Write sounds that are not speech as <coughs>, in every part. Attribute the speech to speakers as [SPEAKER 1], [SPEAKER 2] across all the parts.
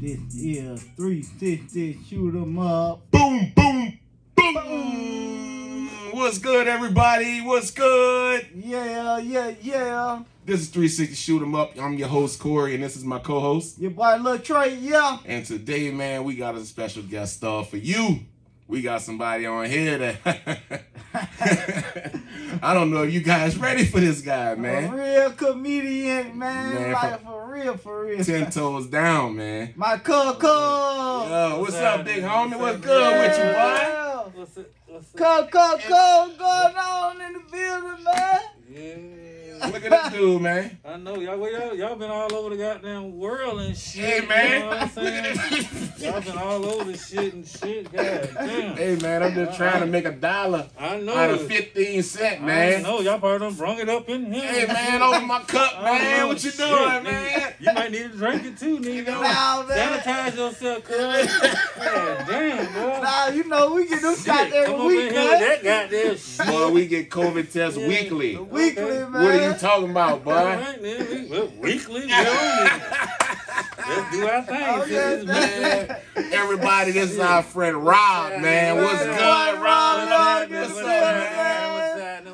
[SPEAKER 1] Yeah, 360, shoot 'em up.
[SPEAKER 2] Boom, boom, boom. What's good, everybody? What's good?
[SPEAKER 1] Yeah, yeah, yeah.
[SPEAKER 2] This is 360 Shoot 'em Up. I'm your host, Corey, and this is my co host.
[SPEAKER 1] Your boy Lil Trey, yeah.
[SPEAKER 2] And today, man, we got a special guest star for you. We got somebody on here that <laughs> I don't know if you guys ready for this guy,
[SPEAKER 1] A
[SPEAKER 3] Oh,
[SPEAKER 2] man.
[SPEAKER 1] real comedian, man.
[SPEAKER 2] Man,
[SPEAKER 1] like, for real, for real.
[SPEAKER 2] Ten toes down, man.
[SPEAKER 1] My cub,
[SPEAKER 3] Oh,
[SPEAKER 1] cub.
[SPEAKER 2] Yo, what's up, big homie? What's good with you, boy?
[SPEAKER 1] Yeah.
[SPEAKER 3] What's it? What's it?
[SPEAKER 1] Cub, cub, cub going on in the building, man.
[SPEAKER 3] Yeah.
[SPEAKER 2] Look at this dude, man.
[SPEAKER 3] I know y'all. Well, y'all, y'all been all over the goddamn world and shit.
[SPEAKER 2] Hey,
[SPEAKER 3] You know what
[SPEAKER 2] man.
[SPEAKER 3] I'm
[SPEAKER 2] Look at
[SPEAKER 3] saying?
[SPEAKER 2] this.
[SPEAKER 3] y'all been all over the shit and shit. God damn.
[SPEAKER 2] <laughs> Hey, man, I'm just trying to make a dollar.
[SPEAKER 3] I know.
[SPEAKER 2] Out of 15 cent,
[SPEAKER 3] I
[SPEAKER 2] man.
[SPEAKER 3] know y'all probably done brung it up in
[SPEAKER 2] Hey,
[SPEAKER 3] here.
[SPEAKER 2] man, over my cup,
[SPEAKER 3] Oh,
[SPEAKER 2] man. What you
[SPEAKER 3] shit,
[SPEAKER 2] doing,
[SPEAKER 3] nigga.
[SPEAKER 2] man?
[SPEAKER 3] You might need to drink it too, nigga.
[SPEAKER 1] Nah, man.
[SPEAKER 3] Sanitize yourself, cuz. God damn, boy.
[SPEAKER 1] Nah, you know, we get them shots
[SPEAKER 3] Shit, come
[SPEAKER 1] every
[SPEAKER 3] over
[SPEAKER 1] week,
[SPEAKER 3] here with
[SPEAKER 1] man.
[SPEAKER 3] that goddamn shit.
[SPEAKER 2] Boy, we get COVID tests
[SPEAKER 3] Yeah.
[SPEAKER 2] weekly.
[SPEAKER 3] Okay.
[SPEAKER 1] Weekly, man.
[SPEAKER 2] What are you talking about,
[SPEAKER 3] All
[SPEAKER 2] boy?
[SPEAKER 3] right, then. We, well, weekly, we on it. Let's do our thing.
[SPEAKER 1] Oh,
[SPEAKER 3] sis.
[SPEAKER 1] yeah, <laughs>
[SPEAKER 2] Man, everybody, this is our friend Rob, man. What's
[SPEAKER 3] Yeah.
[SPEAKER 2] good, Rob?
[SPEAKER 1] Rob,
[SPEAKER 2] What's up,
[SPEAKER 1] what's
[SPEAKER 2] man?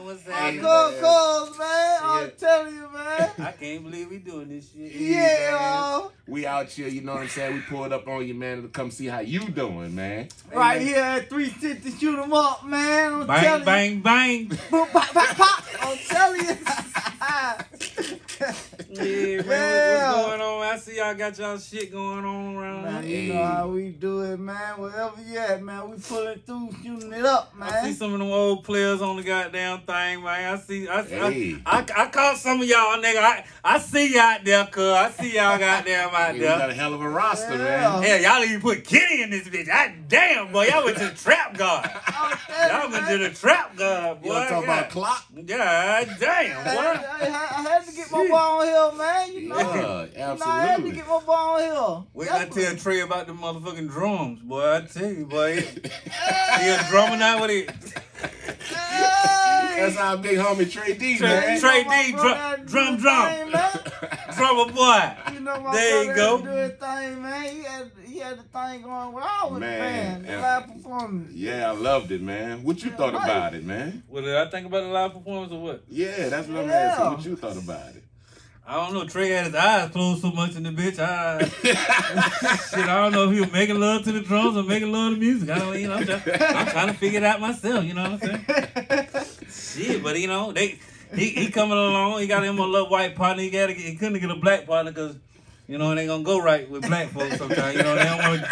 [SPEAKER 3] What's
[SPEAKER 1] My
[SPEAKER 3] happening?
[SPEAKER 1] cub, cubs, man.
[SPEAKER 3] Yeah.
[SPEAKER 1] I'm telling you,
[SPEAKER 3] <laughs>
[SPEAKER 1] man.
[SPEAKER 3] I can't believe we doing this shit.
[SPEAKER 1] Yeah, oh.
[SPEAKER 2] We out here, you know what I'm saying? We pulled up on you, man, to come see how you doing, man.
[SPEAKER 1] right here at 360, shoot 'em up, man. I'm
[SPEAKER 3] Bang,
[SPEAKER 1] telling
[SPEAKER 3] bang, bang.
[SPEAKER 2] <laughs>
[SPEAKER 1] you. Boom, pop, pop, pop. I'm telling
[SPEAKER 3] <laughs>
[SPEAKER 1] you.
[SPEAKER 3] Yeah, man,
[SPEAKER 1] Yeah.
[SPEAKER 3] what's going on? I see y'all got y'all shit going on
[SPEAKER 1] man,
[SPEAKER 3] around. here.
[SPEAKER 1] you know how we do it, man. Wherever you at, man, we pulling through, shooting it up,
[SPEAKER 3] I see
[SPEAKER 1] man.
[SPEAKER 3] some of them old players on the goddamn thing, man. I see, I,
[SPEAKER 2] Hey.
[SPEAKER 3] I, I, I caught some of y'all, nigga. I, I see y'all out there, cuz. I see y'all goddamn
[SPEAKER 2] Yeah, <laughs>
[SPEAKER 3] out
[SPEAKER 2] we
[SPEAKER 3] there.
[SPEAKER 2] got a hell of a roster,
[SPEAKER 1] Yeah.
[SPEAKER 2] man.
[SPEAKER 3] Hell, y'all even put Kitty in this bitch. God damn, boy. Y'all went to the trap guard.
[SPEAKER 1] I'm
[SPEAKER 3] Y'all <laughs>
[SPEAKER 1] telling you,
[SPEAKER 3] went to
[SPEAKER 1] man.
[SPEAKER 3] the trap guard,
[SPEAKER 2] <laughs>
[SPEAKER 3] boy.
[SPEAKER 2] You want to talk about
[SPEAKER 3] God-
[SPEAKER 2] clock?
[SPEAKER 3] God damn,
[SPEAKER 1] I,
[SPEAKER 3] boy.
[SPEAKER 1] I, I had to get my
[SPEAKER 3] Shit.
[SPEAKER 1] ball here, man. You know.
[SPEAKER 2] Yeah,
[SPEAKER 1] You know, I had to
[SPEAKER 2] absolutely.
[SPEAKER 1] get my ball here.
[SPEAKER 3] Wait, I tell Trey about the motherfucking drums, boy. I tell you, boy. He a
[SPEAKER 1] Hey,
[SPEAKER 3] drummer now with it.
[SPEAKER 2] <laughs> That's
[SPEAKER 1] hey.
[SPEAKER 2] our big homie Trey D,
[SPEAKER 3] Trey-
[SPEAKER 2] man.
[SPEAKER 3] Trey
[SPEAKER 1] You know my
[SPEAKER 3] D,
[SPEAKER 1] brother
[SPEAKER 3] drum-
[SPEAKER 1] had to do
[SPEAKER 3] drum,
[SPEAKER 1] his
[SPEAKER 3] drum.
[SPEAKER 1] thing, man.
[SPEAKER 3] Drummer boy.
[SPEAKER 1] You know my
[SPEAKER 3] There
[SPEAKER 1] there brother
[SPEAKER 3] you go.
[SPEAKER 1] had to do his thing, man. He had he had the thing going when I was man,
[SPEAKER 2] Man,
[SPEAKER 1] the
[SPEAKER 2] yeah.
[SPEAKER 1] live
[SPEAKER 2] <laughs>
[SPEAKER 1] performance.
[SPEAKER 2] Yeah, I loved it, man. What you
[SPEAKER 1] Yeah,
[SPEAKER 2] thought
[SPEAKER 1] right.
[SPEAKER 2] about it, man?
[SPEAKER 3] What did I think about the live performance or what?
[SPEAKER 2] Yeah, that's what I'm
[SPEAKER 1] Yeah.
[SPEAKER 2] asking. What you thought about it?
[SPEAKER 3] I don't know. Trey had his eyes closed so much in the bitch. I, shit, I don't know if he was making love to the drums or making love to music. I don't, you know, I'm, try, I'm trying to figure it out myself. You know what I'm saying? Shit, but you know they he, he coming along. He got him a little white partner. He got he couldn't get a black partner because you know it ain't gonna go right with black folks sometimes. You know they don't want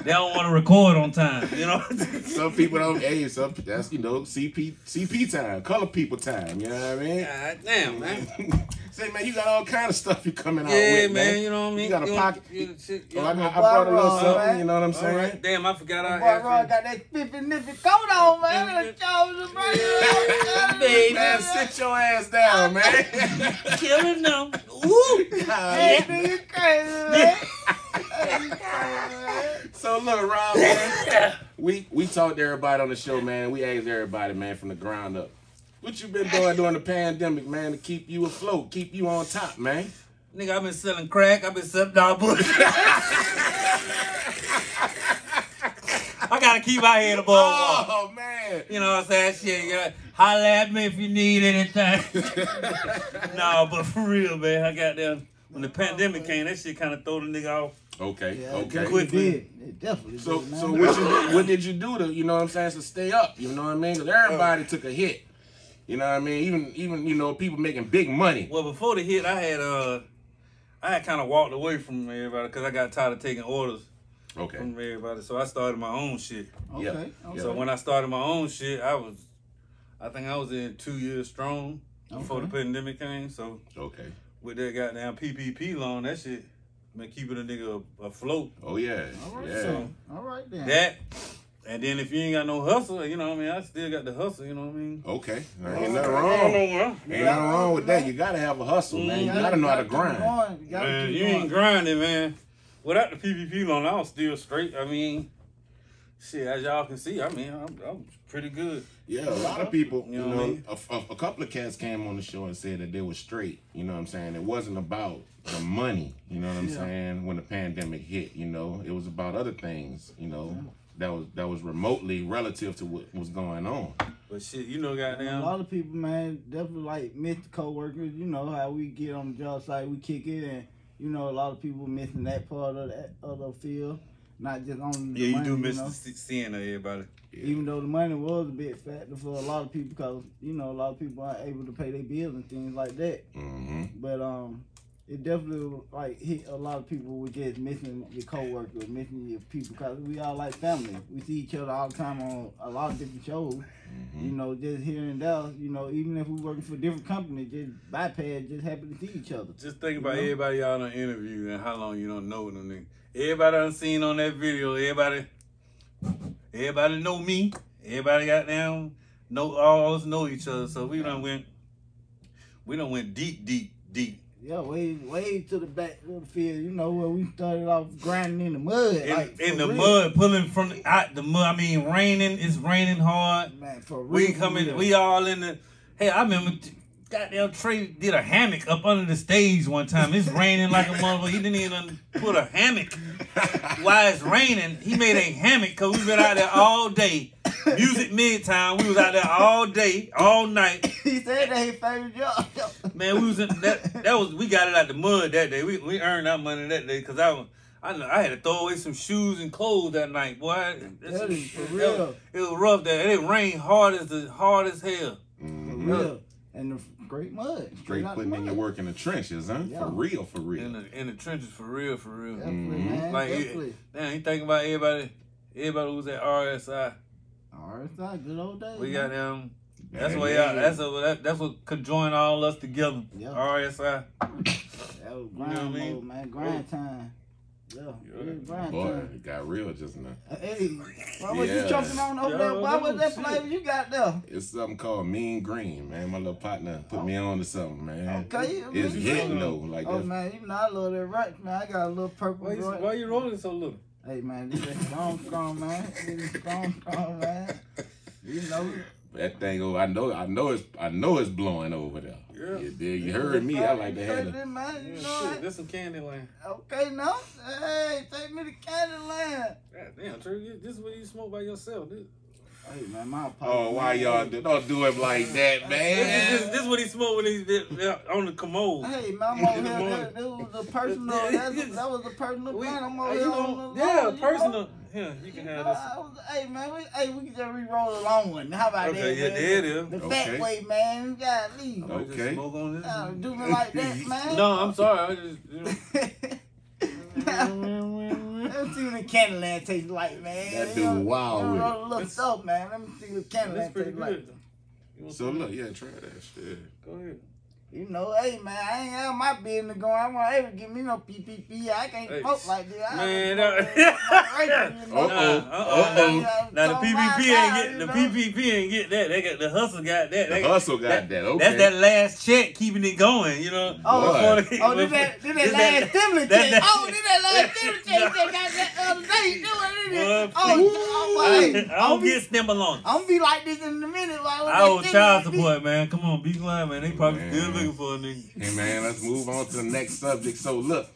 [SPEAKER 3] they don't want to record on time. You know.
[SPEAKER 2] <laughs> Some people don't. Hey, some that's you know CP CP time, color people time. You know what I mean?
[SPEAKER 3] God damn man.
[SPEAKER 2] <laughs> Say, man, you got all kind of stuff you coming out
[SPEAKER 3] Yeah,
[SPEAKER 2] with,
[SPEAKER 3] man. You know what I mean.
[SPEAKER 2] You got a
[SPEAKER 3] You know,
[SPEAKER 2] pocket.
[SPEAKER 3] you know, shit, you
[SPEAKER 2] Oh, I,
[SPEAKER 3] know.
[SPEAKER 2] got- I brought a little
[SPEAKER 1] All
[SPEAKER 2] something.
[SPEAKER 1] right.
[SPEAKER 2] You know what I'm
[SPEAKER 3] All
[SPEAKER 2] saying?
[SPEAKER 3] right. Damn, I forgot I
[SPEAKER 1] Boy, Roy
[SPEAKER 3] asked. you.
[SPEAKER 1] got that spiffy nippy coat on, man. I chose him right
[SPEAKER 2] <laughs>
[SPEAKER 3] Baby.
[SPEAKER 2] Man, sit your ass down, man.
[SPEAKER 3] Killing them. <laughs>
[SPEAKER 2] <laughs>
[SPEAKER 3] Ooh.
[SPEAKER 1] Hey,
[SPEAKER 2] Golly.
[SPEAKER 1] nigga, you crazy, man. Hey, you crazy, man.
[SPEAKER 2] So look,
[SPEAKER 1] <laughs>
[SPEAKER 2] Rob, man, we we talked to everybody on the show, man. We asked everybody, man, from the ground up. What you been doing during the pandemic, man, to keep you afloat, keep you on top, man?
[SPEAKER 3] Nigga, I've been selling crack. I've been selling dog <laughs> bullshit. I gotta keep my head above water.
[SPEAKER 2] Oh man.
[SPEAKER 3] You know what I'm saying? Shit, you know, holler at me if you
[SPEAKER 2] <laughs>
[SPEAKER 3] need anything. <laughs> no, but for real, man, I got them. When the pandemic came, that shit kind of throw the nigga off.
[SPEAKER 2] Okay,
[SPEAKER 1] Yeah, it
[SPEAKER 2] okay.
[SPEAKER 1] definitely
[SPEAKER 3] Quickly.
[SPEAKER 1] did. It definitely
[SPEAKER 2] So
[SPEAKER 1] did, man.
[SPEAKER 2] so what you what did you do to you know what I'm saying to stay up? You know what I mean? 'Cause everybody took a hit. You know what I mean? Even even you know people making big money.
[SPEAKER 3] Well, before the hit, I had uh, I had kind of walked away from everybody because I got tired of taking orders
[SPEAKER 2] Okay.
[SPEAKER 3] from everybody. So I started my own shit.
[SPEAKER 2] Yeah.
[SPEAKER 1] Okay. okay.
[SPEAKER 3] So when I started my own shit, I was, I think I was in two years strong before the
[SPEAKER 1] Okay.
[SPEAKER 3] pandemic came. So
[SPEAKER 2] Okay.
[SPEAKER 3] with that goddamn PPP loan, that shit been keeping a nigga afloat.
[SPEAKER 2] Oh yeah.
[SPEAKER 1] All right,
[SPEAKER 2] Yeah.
[SPEAKER 1] so, all right then.
[SPEAKER 3] That. And then if you ain't got no hustle, you know what I mean? I still got the hustle, you know what I mean?
[SPEAKER 2] Okay. Ain't nothing
[SPEAKER 3] I
[SPEAKER 2] wrong.
[SPEAKER 3] don't know why.
[SPEAKER 2] Ain't nothing wrong with that. You gotta have a hustle, man. You gotta know how to
[SPEAKER 1] Mm-hmm. keep
[SPEAKER 2] grind.
[SPEAKER 1] going. You gotta
[SPEAKER 3] Man,
[SPEAKER 1] keep
[SPEAKER 3] you
[SPEAKER 1] going.
[SPEAKER 3] ain't grinding, man. Without the PPP loan, I was still straight. I mean, Shit, as y'all can see, I mean, I'm, I'm pretty good.
[SPEAKER 2] Yeah, a lot of people,
[SPEAKER 3] You
[SPEAKER 2] you
[SPEAKER 3] know
[SPEAKER 2] know,
[SPEAKER 3] what I mean?
[SPEAKER 2] a, a- a couple of cats came on the show and said that they were straight. You know what I'm saying? It wasn't about the money. You know what I'm
[SPEAKER 1] Yeah.
[SPEAKER 2] saying? When the pandemic hit, you know, it was about other things. You know, that was that was remotely relative to what was going on.
[SPEAKER 3] But shit, you know,
[SPEAKER 1] A
[SPEAKER 3] goddamn.
[SPEAKER 1] lot of people, man, definitely like miss the coworkers. You know how we get on the job site, we kick it, and you know a lot of people missing that part of that other field, not just on the
[SPEAKER 3] Yeah, you
[SPEAKER 1] money,
[SPEAKER 3] do miss
[SPEAKER 1] know?
[SPEAKER 3] the se- seeing of everybody.
[SPEAKER 1] Even though the money was a big factor for a lot of people, because you know a lot of people aren't able to pay their bills and things like that.
[SPEAKER 3] <laughs>
[SPEAKER 2] Mm-hmm.
[SPEAKER 1] But um, it definitely like hit a lot of people with just missing your coworkers, missing your people, because we all like family. We see each other all the time on a lot of different shows.
[SPEAKER 3] Mm-hmm.
[SPEAKER 1] You know, just here and there. You know, even if we're working for different companies, just bypass, just happen to see each other.
[SPEAKER 3] Just think
[SPEAKER 1] You
[SPEAKER 3] about
[SPEAKER 1] know?
[SPEAKER 3] everybody y'all done interviewed and how long you don't know them niggas. Everybody done seen on that video, everybody everybody know me. Everybody got down, know all of us know each other. So we done went we done went deep, deep, deep.
[SPEAKER 1] Yeah, way way to the back of the field. You know where we started off grinding in the mud,
[SPEAKER 3] In,
[SPEAKER 1] like,
[SPEAKER 3] in
[SPEAKER 1] for
[SPEAKER 3] the
[SPEAKER 1] real.
[SPEAKER 3] mud, pulling from the, out the mud. I mean raining, it's raining hard.
[SPEAKER 1] Man, for real.
[SPEAKER 3] We
[SPEAKER 1] for
[SPEAKER 3] coming.
[SPEAKER 1] real. <laughs>
[SPEAKER 3] We all in the. Hey, I remember. t- Goddamn Trey did a hammock up under the stage one time. It's raining like a motherfucker. He didn't even put a hammock. While it's raining, he made a hammock because we been out there all day. Music midtime. We was out there all day, all night.
[SPEAKER 1] he said that his favorite job. <laughs>
[SPEAKER 3] Man, we was in that. That was we got it out the mud that day. We we earned our money that day because I was. I know I had to throw away some shoes and clothes that night, boy. I- that's
[SPEAKER 1] That
[SPEAKER 3] some
[SPEAKER 1] is
[SPEAKER 3] shit.
[SPEAKER 1] for
[SPEAKER 3] That was-
[SPEAKER 1] real.
[SPEAKER 3] It was rough that it rained hard as the hard as hell.
[SPEAKER 1] For
[SPEAKER 2] Mm-hmm.
[SPEAKER 1] real. And the great mud.
[SPEAKER 2] Straight
[SPEAKER 1] out the
[SPEAKER 2] putting in
[SPEAKER 1] mud.
[SPEAKER 2] your work in the trenches, huh?
[SPEAKER 1] Yeah.
[SPEAKER 2] For real, for
[SPEAKER 3] In
[SPEAKER 2] real.
[SPEAKER 3] the in the trenches for real, for real.
[SPEAKER 1] Definitely,
[SPEAKER 2] Mhm.
[SPEAKER 1] man.
[SPEAKER 3] Like, it-
[SPEAKER 1] definitely.
[SPEAKER 3] Damn, you think about everybody everybody who's at RSI.
[SPEAKER 1] RSI, good old days.
[SPEAKER 3] We
[SPEAKER 1] man.
[SPEAKER 3] got them that's
[SPEAKER 2] Yeah,
[SPEAKER 3] what
[SPEAKER 2] yeah.
[SPEAKER 3] y'all that's what that, that's what conjoined all us together.
[SPEAKER 1] Yeah.
[SPEAKER 3] RSI.
[SPEAKER 1] That was
[SPEAKER 3] know what I
[SPEAKER 1] grind
[SPEAKER 3] mean?
[SPEAKER 1] mode, man. Grind time. Yeah, real grind
[SPEAKER 2] Boy,
[SPEAKER 1] time.
[SPEAKER 2] it got real just now.
[SPEAKER 1] Hey, why was
[SPEAKER 2] Yeah.
[SPEAKER 1] you jumping on over
[SPEAKER 3] Yo,
[SPEAKER 1] there? Why
[SPEAKER 3] that
[SPEAKER 1] was
[SPEAKER 3] was
[SPEAKER 1] that
[SPEAKER 3] shit.
[SPEAKER 1] flavor you got there?
[SPEAKER 2] It's something called Mean Green, man. My little partner put me on to something, man.
[SPEAKER 1] Okay, I mean,
[SPEAKER 2] It's
[SPEAKER 1] you
[SPEAKER 2] hitting
[SPEAKER 1] know.
[SPEAKER 2] though, like
[SPEAKER 1] Oh
[SPEAKER 2] that.
[SPEAKER 1] man, you know I love that right man. I got a little purple
[SPEAKER 3] Why you,
[SPEAKER 1] joint.
[SPEAKER 3] why you rolling so little?
[SPEAKER 1] Hey man, this is strong, strong man. This is strong, strong man. You know,
[SPEAKER 2] That thing, oh, I know, I know it's, I know it's blowing over there.
[SPEAKER 3] Yeah.
[SPEAKER 2] You dig? You heard me? I like to have the.
[SPEAKER 1] Hey, Man, you know
[SPEAKER 3] shit,
[SPEAKER 1] what?
[SPEAKER 3] that's some candy land.
[SPEAKER 1] Okay, now, hey, take me to Candyland.
[SPEAKER 3] God damn, Trey, you- this is what you smoke by yourself. This,
[SPEAKER 1] Hey man, my apologies.
[SPEAKER 2] Oh, why y'all do, don't do it like that,
[SPEAKER 3] this, this,
[SPEAKER 2] man?
[SPEAKER 3] this is what he smoked when he did- yeah, on the commode.
[SPEAKER 1] Hey, man, I'm over here. That, that was a personal.
[SPEAKER 3] <laughs>
[SPEAKER 1] That's, that was a personal
[SPEAKER 3] We-
[SPEAKER 1] plan. I'm
[SPEAKER 3] are
[SPEAKER 1] over
[SPEAKER 3] you
[SPEAKER 1] here.
[SPEAKER 3] gonna-
[SPEAKER 1] on the
[SPEAKER 3] yeah,
[SPEAKER 1] lawn, you know?
[SPEAKER 3] personal. Yeah, you
[SPEAKER 1] You
[SPEAKER 3] can
[SPEAKER 1] know,
[SPEAKER 3] have this.
[SPEAKER 1] I was, hey man, we, hey, we can just re-roll a long one. How about
[SPEAKER 3] Okay,
[SPEAKER 1] that?
[SPEAKER 3] yeah,
[SPEAKER 1] man?
[SPEAKER 3] there it is.
[SPEAKER 1] The
[SPEAKER 2] Okay.
[SPEAKER 1] fat way, man. You gotta leave.
[SPEAKER 3] I'm gonna just
[SPEAKER 2] Okay.
[SPEAKER 3] Smoke on this.
[SPEAKER 1] Uh, do me like
[SPEAKER 2] <laughs>
[SPEAKER 1] that, man.
[SPEAKER 3] No, I'm sorry. I just you know.
[SPEAKER 1] <laughs> Let me see what the Candyland tastes like, man.
[SPEAKER 2] That
[SPEAKER 1] You know,
[SPEAKER 2] dude wild
[SPEAKER 1] you know,
[SPEAKER 2] with it.
[SPEAKER 1] all the Little
[SPEAKER 3] That's-
[SPEAKER 1] stuff, man. Let me see what
[SPEAKER 3] That's
[SPEAKER 1] Candyland
[SPEAKER 3] pretty
[SPEAKER 1] tastes like.
[SPEAKER 3] good. You want
[SPEAKER 2] So
[SPEAKER 3] some?
[SPEAKER 2] look, yeah, try that shit.
[SPEAKER 3] Go ahead.
[SPEAKER 1] You know, hey man, I ain't have my business going. I want ever give me no PPP. I can't
[SPEAKER 3] Hey,
[SPEAKER 1] smoke like this. I
[SPEAKER 3] man,
[SPEAKER 1] don't
[SPEAKER 3] that-
[SPEAKER 1] smoke like
[SPEAKER 3] <laughs>
[SPEAKER 1] this, you know.
[SPEAKER 2] Uh-oh, uh-oh.
[SPEAKER 1] Yeah,
[SPEAKER 3] Now the
[SPEAKER 1] so
[SPEAKER 3] PPP
[SPEAKER 1] my
[SPEAKER 3] ain't
[SPEAKER 1] God,
[SPEAKER 3] get
[SPEAKER 1] you
[SPEAKER 3] the
[SPEAKER 1] know.
[SPEAKER 3] PPP ain't get that. They got the hustle got that. They
[SPEAKER 2] The hustle got that. Okay.
[SPEAKER 3] That's that last check keeping it going. You know.
[SPEAKER 1] Oh,
[SPEAKER 2] Boy.
[SPEAKER 3] Before they-
[SPEAKER 1] Oh,
[SPEAKER 3] <laughs>
[SPEAKER 1] did that, did that
[SPEAKER 3] Did
[SPEAKER 1] last stimulus
[SPEAKER 3] that-
[SPEAKER 1] check?
[SPEAKER 3] that-
[SPEAKER 1] Oh, did that last stimulus check that got that other day? You know what it
[SPEAKER 3] Boy,
[SPEAKER 1] is? Oh,
[SPEAKER 3] <laughs> I,
[SPEAKER 1] so- I'm like,
[SPEAKER 3] I don't
[SPEAKER 1] I'm be-
[SPEAKER 3] get stimble on.
[SPEAKER 1] I'm gonna be like this in a minute. Why was
[SPEAKER 3] I
[SPEAKER 1] that
[SPEAKER 3] owe child
[SPEAKER 1] stimulus
[SPEAKER 3] support, man. Come on, be glad, man. They probably still
[SPEAKER 2] Man.
[SPEAKER 3] looking for a nigga.
[SPEAKER 2] Hey man, let's move on to the next subject. So look,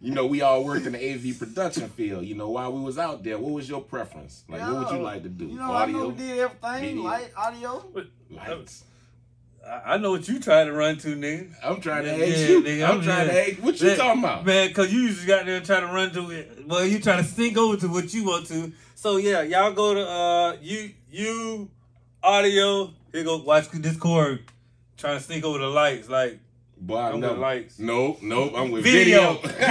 [SPEAKER 2] you know we all worked in the AV production field. You know while we was out there, what was your preference? Like, what would you
[SPEAKER 1] No.
[SPEAKER 2] like to do?
[SPEAKER 1] You know, I know
[SPEAKER 2] Audio,
[SPEAKER 1] we did everything.
[SPEAKER 2] video.
[SPEAKER 1] Light, audio.
[SPEAKER 2] lights.
[SPEAKER 3] I, I know what you trying to run to, nigga.
[SPEAKER 2] I'm trying to
[SPEAKER 3] Yeah,
[SPEAKER 2] hate you.
[SPEAKER 3] nigga,
[SPEAKER 2] I'm
[SPEAKER 3] I'm
[SPEAKER 2] trying to
[SPEAKER 3] here.
[SPEAKER 2] hate. What you
[SPEAKER 3] Yeah,
[SPEAKER 2] talking about?
[SPEAKER 3] Man, cause you just got there and try to run to it. Well, you try to sink over to what you want to. So yeah, y'all go to uh you you audio. Here go watch Discord. Trying to sneak over the lights, like
[SPEAKER 2] Boy, I
[SPEAKER 3] I'm
[SPEAKER 2] know. <laughs>
[SPEAKER 3] with lights.
[SPEAKER 2] Nope, nope. I'm with
[SPEAKER 3] video,
[SPEAKER 2] video.
[SPEAKER 3] <laughs> video, <laughs>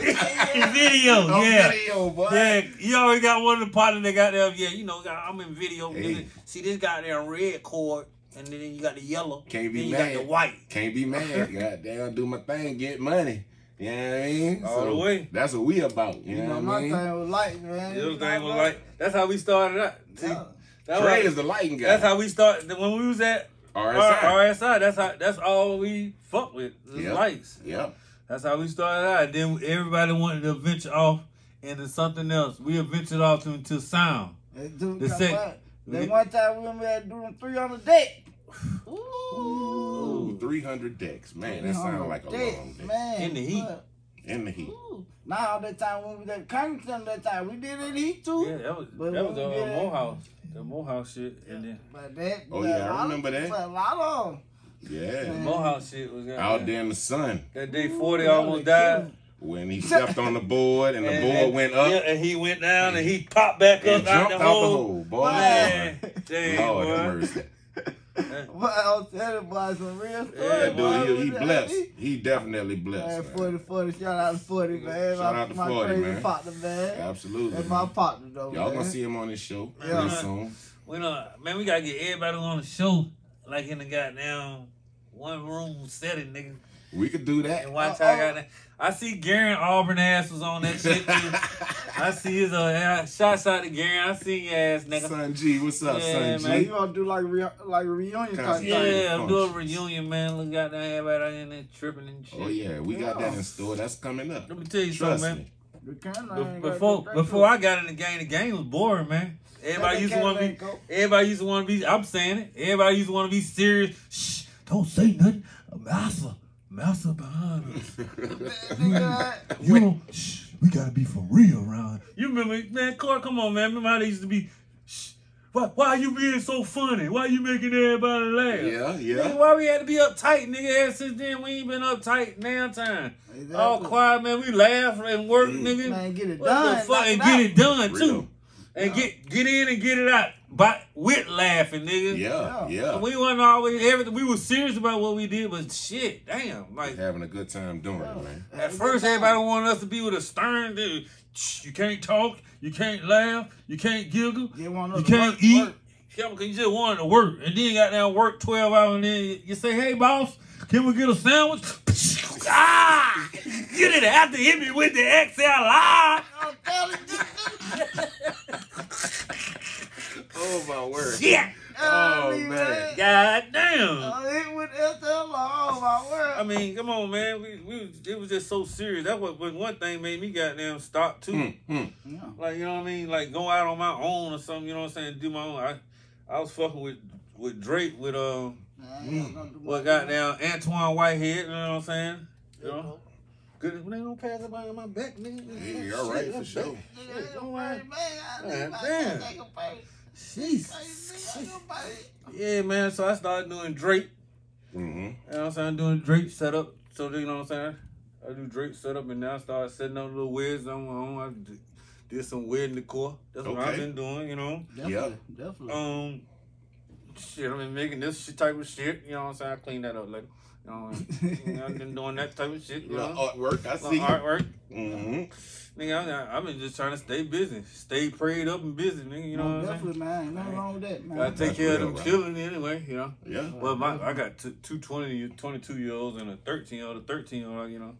[SPEAKER 3] video, Oh, video.
[SPEAKER 2] I'm
[SPEAKER 3] Yeah,
[SPEAKER 2] video, boy.
[SPEAKER 3] yeah. You already got one of the partner that got there. Yeah, you know, I'm in video.
[SPEAKER 2] Hey.
[SPEAKER 3] nigga. See this guy there in red cord, and then you got the yellow.
[SPEAKER 2] Can't
[SPEAKER 3] then
[SPEAKER 2] be
[SPEAKER 3] you
[SPEAKER 2] mad.
[SPEAKER 3] got the white.
[SPEAKER 2] Can't be
[SPEAKER 3] <laughs>
[SPEAKER 2] mad. Goddamn, do my thing, get money. You know what I mean?
[SPEAKER 3] All the way.
[SPEAKER 2] That's what we about. You,
[SPEAKER 1] You
[SPEAKER 2] know,
[SPEAKER 1] know,
[SPEAKER 2] what
[SPEAKER 1] my
[SPEAKER 2] I mean?
[SPEAKER 1] thing was light, man.
[SPEAKER 3] The
[SPEAKER 1] You
[SPEAKER 3] other
[SPEAKER 1] know,
[SPEAKER 3] thing was
[SPEAKER 1] I
[SPEAKER 3] like that's how we started out. See,
[SPEAKER 1] Yeah.
[SPEAKER 3] that
[SPEAKER 2] Trey
[SPEAKER 3] was-
[SPEAKER 2] is the lighting guy.
[SPEAKER 3] that's how we started when we was at
[SPEAKER 2] RSI.
[SPEAKER 3] RSI. RSI that's how that's all we fuck with. is
[SPEAKER 2] Yep.
[SPEAKER 3] Lights.
[SPEAKER 2] Yep.
[SPEAKER 3] That's how we started out. Then everybody wanted to venture off into something else. We have ventured off into sound.
[SPEAKER 1] That dude
[SPEAKER 3] The
[SPEAKER 1] come
[SPEAKER 3] sec-
[SPEAKER 1] out.
[SPEAKER 3] we-
[SPEAKER 1] That one time we remember had doing three on the deck.
[SPEAKER 2] Ooh, 300 decks. Man, that sounds like a
[SPEAKER 1] Deck,
[SPEAKER 2] long day.
[SPEAKER 1] Man,
[SPEAKER 3] In the heat.
[SPEAKER 1] look.
[SPEAKER 2] In the heat.
[SPEAKER 1] Now all that time when we did Covington that time, we did it in heat too.
[SPEAKER 3] Yeah, that was
[SPEAKER 1] But
[SPEAKER 3] that was
[SPEAKER 1] when
[SPEAKER 3] the
[SPEAKER 1] we
[SPEAKER 3] uh,
[SPEAKER 1] did-
[SPEAKER 3] Mohouse, the Mohouse shit, and then
[SPEAKER 1] But that,
[SPEAKER 2] Oh,
[SPEAKER 1] but
[SPEAKER 2] yeah,
[SPEAKER 1] a
[SPEAKER 2] I
[SPEAKER 1] lot of-
[SPEAKER 2] remember that.
[SPEAKER 1] But a lot of them.
[SPEAKER 2] Yeah.
[SPEAKER 3] the Mohouse shit was
[SPEAKER 2] Out there in the sun
[SPEAKER 3] That day forty
[SPEAKER 1] Ooh,
[SPEAKER 3] almost died.
[SPEAKER 2] when
[SPEAKER 3] <laughs>
[SPEAKER 2] he stepped on the board and the board went
[SPEAKER 3] Yeah,
[SPEAKER 2] up
[SPEAKER 3] and he went down and he popped back up
[SPEAKER 2] and
[SPEAKER 3] out
[SPEAKER 2] jumped
[SPEAKER 3] the
[SPEAKER 2] out
[SPEAKER 3] hole.
[SPEAKER 2] the hole. Boy,
[SPEAKER 3] Man,
[SPEAKER 2] <laughs>
[SPEAKER 3] dang,
[SPEAKER 2] Lord have
[SPEAKER 3] boy.
[SPEAKER 2] mercy.
[SPEAKER 1] <laughs> But I was telling boys some real story.
[SPEAKER 2] That
[SPEAKER 1] boy.
[SPEAKER 2] dude, he, he
[SPEAKER 1] We did
[SPEAKER 2] blessed.
[SPEAKER 1] it.
[SPEAKER 2] He definitely
[SPEAKER 1] Man,
[SPEAKER 2] blessed. man.
[SPEAKER 1] 40, 40, shout out to 40, man.
[SPEAKER 2] Shout
[SPEAKER 1] my,
[SPEAKER 2] out to
[SPEAKER 1] my
[SPEAKER 2] 40,
[SPEAKER 1] crazy
[SPEAKER 2] man.
[SPEAKER 1] partner, man.
[SPEAKER 2] Absolutely.
[SPEAKER 1] That's my
[SPEAKER 2] man.
[SPEAKER 1] partner, though,
[SPEAKER 2] Y'all
[SPEAKER 1] man.
[SPEAKER 2] gonna see him on this show
[SPEAKER 1] Yeah.
[SPEAKER 2] real soon.
[SPEAKER 3] We don't, man, we gotta get everybody on the show, like in the goddamn one room setting, nigga.
[SPEAKER 2] We could do
[SPEAKER 3] And
[SPEAKER 2] that.
[SPEAKER 3] watch how I got that. I see Garen Auburn ass was on that
[SPEAKER 2] <laughs>
[SPEAKER 3] shit too. I see his uh, shots out to Garen. I see your ass, nigga.
[SPEAKER 2] Son G, what's up,
[SPEAKER 3] Yeah,
[SPEAKER 2] Son
[SPEAKER 1] Man,
[SPEAKER 2] G?
[SPEAKER 1] you gonna do like re- like reunion type
[SPEAKER 2] Yeah.
[SPEAKER 1] thing.
[SPEAKER 3] Yeah, I'm doing a reunion, man. Look, goddamn, everybody out in there tripping and shit.
[SPEAKER 2] Oh yeah, we got that
[SPEAKER 1] Yeah.
[SPEAKER 2] in store. That's coming up.
[SPEAKER 3] Let me tell you
[SPEAKER 2] Trust
[SPEAKER 3] something, man.
[SPEAKER 2] me.
[SPEAKER 1] You can, I
[SPEAKER 3] Be-
[SPEAKER 1] ain't gotta
[SPEAKER 3] before
[SPEAKER 1] do that
[SPEAKER 3] before
[SPEAKER 1] too.
[SPEAKER 3] I got in the game, the game was boring, man. Everybody
[SPEAKER 1] That
[SPEAKER 3] used to
[SPEAKER 1] can't
[SPEAKER 3] want to
[SPEAKER 1] let
[SPEAKER 3] be.
[SPEAKER 1] go.
[SPEAKER 3] Everybody used to want to be. I'm saying it. Everybody used to want to be serious. Shh, don't say nothing. Massa, massa behind us.
[SPEAKER 2] <laughs>
[SPEAKER 1] Nigga,
[SPEAKER 3] <laughs> You don't, shh, we gotta be for real, Ron. You remember, man, Clark, come on, man. Remember how they used to be, shh, why, why are you being so funny? Why you making everybody laugh?
[SPEAKER 2] yeah,
[SPEAKER 3] Nigga,
[SPEAKER 2] yeah.
[SPEAKER 3] why we had to be uptight, nigga? Ever since then, we ain't been uptight now time.
[SPEAKER 1] Exactly.
[SPEAKER 3] All quiet, man. We laugh and work, nigga.
[SPEAKER 1] Man, get it
[SPEAKER 3] What
[SPEAKER 1] done.
[SPEAKER 3] the fuck?
[SPEAKER 1] knock
[SPEAKER 3] And
[SPEAKER 1] out.
[SPEAKER 3] get it done,
[SPEAKER 2] Real.
[SPEAKER 3] too. And get get in and get it out. By, with laughing, nigga.
[SPEAKER 2] Yeah,
[SPEAKER 1] Yeah.
[SPEAKER 2] yeah.
[SPEAKER 3] We wasn't always, everything. we were serious about what we did, but shit, damn. Like,
[SPEAKER 2] Having a good time doing it,
[SPEAKER 1] Oh,
[SPEAKER 2] man.
[SPEAKER 3] at first, everybody wanted us to be with a stern dude. Shh, You can't talk. You can't laugh. You can't giggle.
[SPEAKER 1] They want us
[SPEAKER 3] You
[SPEAKER 1] to
[SPEAKER 3] can't
[SPEAKER 1] work,
[SPEAKER 3] eat.
[SPEAKER 1] work.
[SPEAKER 3] Yeah, because you just wanted to work. And then you got down work 12 hours and then you say, hey, boss, can we get a sandwich? <laughs> ah! You didn't have to hit me with the XLR.
[SPEAKER 1] <laughs> I'm telling
[SPEAKER 3] <laughs>
[SPEAKER 1] you.
[SPEAKER 2] Oh my word.
[SPEAKER 3] Shit.
[SPEAKER 2] Oh,
[SPEAKER 1] Oh, man.
[SPEAKER 2] man.
[SPEAKER 3] God damn.
[SPEAKER 1] Uh, it went up there all my word.
[SPEAKER 3] I mean, come on, man. We, we was- it was just so serious. That was when one thing made me goddamn stop too.
[SPEAKER 2] Mm, mm.
[SPEAKER 1] yeah.
[SPEAKER 3] Like you know what I mean? Like go out on my own or something. You know what I'm saying? Do my own. I, I was fucking with with Drake with um
[SPEAKER 1] I ain't gonna do
[SPEAKER 3] what
[SPEAKER 1] nothing.
[SPEAKER 3] goddamn Antoine Whitehead. You know what I'm saying? You know. Good. They don't pass it by my back, nigga.
[SPEAKER 2] Yeah, you're all right for sure.
[SPEAKER 1] Nigga, I don't worry, man. I
[SPEAKER 3] Man,
[SPEAKER 1] ain't about
[SPEAKER 3] damn.
[SPEAKER 1] to take a break. I ain't
[SPEAKER 3] Jeez.
[SPEAKER 1] seen nobody.
[SPEAKER 3] Yeah, man. So I started doing Drake.
[SPEAKER 2] Mm-hmm.
[SPEAKER 3] You know what I'm saying? Doing Drake setup. So you know what I'm saying? I do Drake setup and now I started setting up little weirds on my own. I d- did some weird decor. That's what I've
[SPEAKER 2] Okay.
[SPEAKER 3] been doing, you know.
[SPEAKER 1] Definitely, definitely.
[SPEAKER 3] Um, shit, I've been making this shit type of shit. You know what I'm saying? I clean that up later. You know, <laughs> you know, I've been doing that type of shit. You
[SPEAKER 2] Little
[SPEAKER 3] know,
[SPEAKER 2] artwork, oh, I see.
[SPEAKER 3] Little artwork.
[SPEAKER 2] Mm-hmm.
[SPEAKER 3] Nigga, I- I've been just trying to stay busy, stay prayed up and busy. Nigga, you know
[SPEAKER 1] No,
[SPEAKER 3] what I'm saying?
[SPEAKER 1] <laughs> definitely, man. Ain't Nothing wrong with that, man.
[SPEAKER 3] I take
[SPEAKER 2] That's
[SPEAKER 3] care of
[SPEAKER 2] real,
[SPEAKER 3] them
[SPEAKER 2] bro.
[SPEAKER 3] children anyway. You know.
[SPEAKER 2] Yeah.
[SPEAKER 3] Well, my
[SPEAKER 1] Uh-huh.
[SPEAKER 3] I got two, two 20, 22 year olds and a 13 year old, a 13 year old, you know.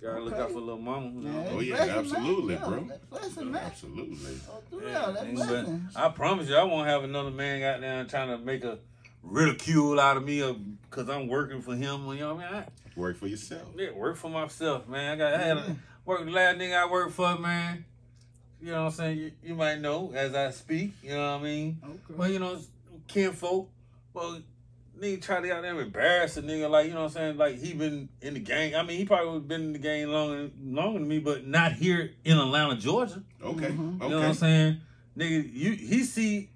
[SPEAKER 3] Gotta look out
[SPEAKER 1] Okay.
[SPEAKER 3] for little mama. You know?
[SPEAKER 1] Yeah,
[SPEAKER 2] Oh, yeah,
[SPEAKER 1] bless it, man.
[SPEAKER 2] absolutely,
[SPEAKER 1] Yeah,
[SPEAKER 2] bro.
[SPEAKER 1] that Blessing, man.
[SPEAKER 2] Absolutely.
[SPEAKER 1] Oh,
[SPEAKER 3] Eh,
[SPEAKER 1] through there, that
[SPEAKER 3] and-
[SPEAKER 1] blessing.
[SPEAKER 3] but I promise you, I won't have another man out there trying to make a ridicule out of me because I'm working for him. You know what I mean? I,
[SPEAKER 2] Work for yourself.
[SPEAKER 3] Yeah, work for myself, man. I got I had a, work the last nigga I worked for, man. You know what I'm saying? You, you might know as I speak. You know what I mean? Well,
[SPEAKER 1] Okay.
[SPEAKER 3] you know, kinfolk. Well, nigga try to out there and embarrass a nigga like you know what I'm saying. Like he been in the game. I mean, he probably would've been in the game longer longer than me, but not here in Atlanta, Georgia.
[SPEAKER 2] Okay.
[SPEAKER 1] Mhm.
[SPEAKER 3] You know what I'm
[SPEAKER 2] Okay.
[SPEAKER 3] saying, nigga? You he see.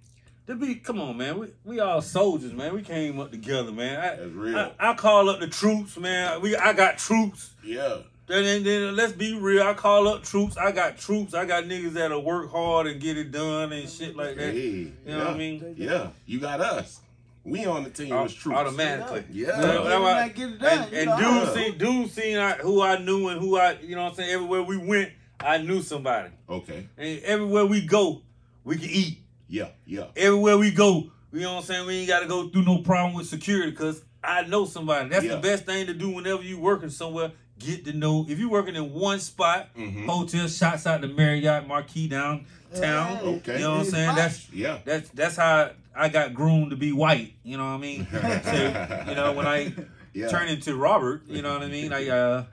[SPEAKER 3] To be, come on, man. We we all soldiers, man. We came up together, man. I,
[SPEAKER 2] That's real.
[SPEAKER 3] I, I call up the troops, man. We I got troops.
[SPEAKER 2] Yeah.
[SPEAKER 3] Then, then, then let's be real. I call up troops. I got troops. I got niggas that'll work hard and get it done and shit like that.
[SPEAKER 2] Hey.
[SPEAKER 3] You
[SPEAKER 2] yeah.
[SPEAKER 3] know what I mean?
[SPEAKER 2] Yeah. You got us. We on the team as troops.
[SPEAKER 3] Automatically.
[SPEAKER 2] Yeah.
[SPEAKER 3] You know,
[SPEAKER 1] Yeah,
[SPEAKER 3] that's why-
[SPEAKER 1] man, get it done,
[SPEAKER 3] and
[SPEAKER 1] you
[SPEAKER 3] and
[SPEAKER 1] know.
[SPEAKER 3] dude seen dude seen I, who I knew and who I you know what I'm saying. Everywhere we went, I knew somebody.
[SPEAKER 2] Okay.
[SPEAKER 3] And everywhere we go, we can eat.
[SPEAKER 2] Yeah. Yeah.
[SPEAKER 3] Everywhere we go, you know what I'm saying. We ain't got to go through no problem with security because I know somebody. That's
[SPEAKER 2] Yeah.
[SPEAKER 3] the best thing to do whenever you working somewhere. Get to know if you working in one spot.
[SPEAKER 2] Mm-hmm.
[SPEAKER 3] hotel shots out the Marriott Marquis downtown.
[SPEAKER 1] Hey.
[SPEAKER 2] Okay.
[SPEAKER 3] You know what I'm saying? That's <laughs>
[SPEAKER 2] Yeah.
[SPEAKER 3] that's that's how I got groomed to be white. You know what
[SPEAKER 1] <laughs>
[SPEAKER 3] I mean? So, you know when I
[SPEAKER 2] <laughs> Yeah.
[SPEAKER 3] turn into
[SPEAKER 1] <laughs>
[SPEAKER 3] Robert, you know what I mean? I uh,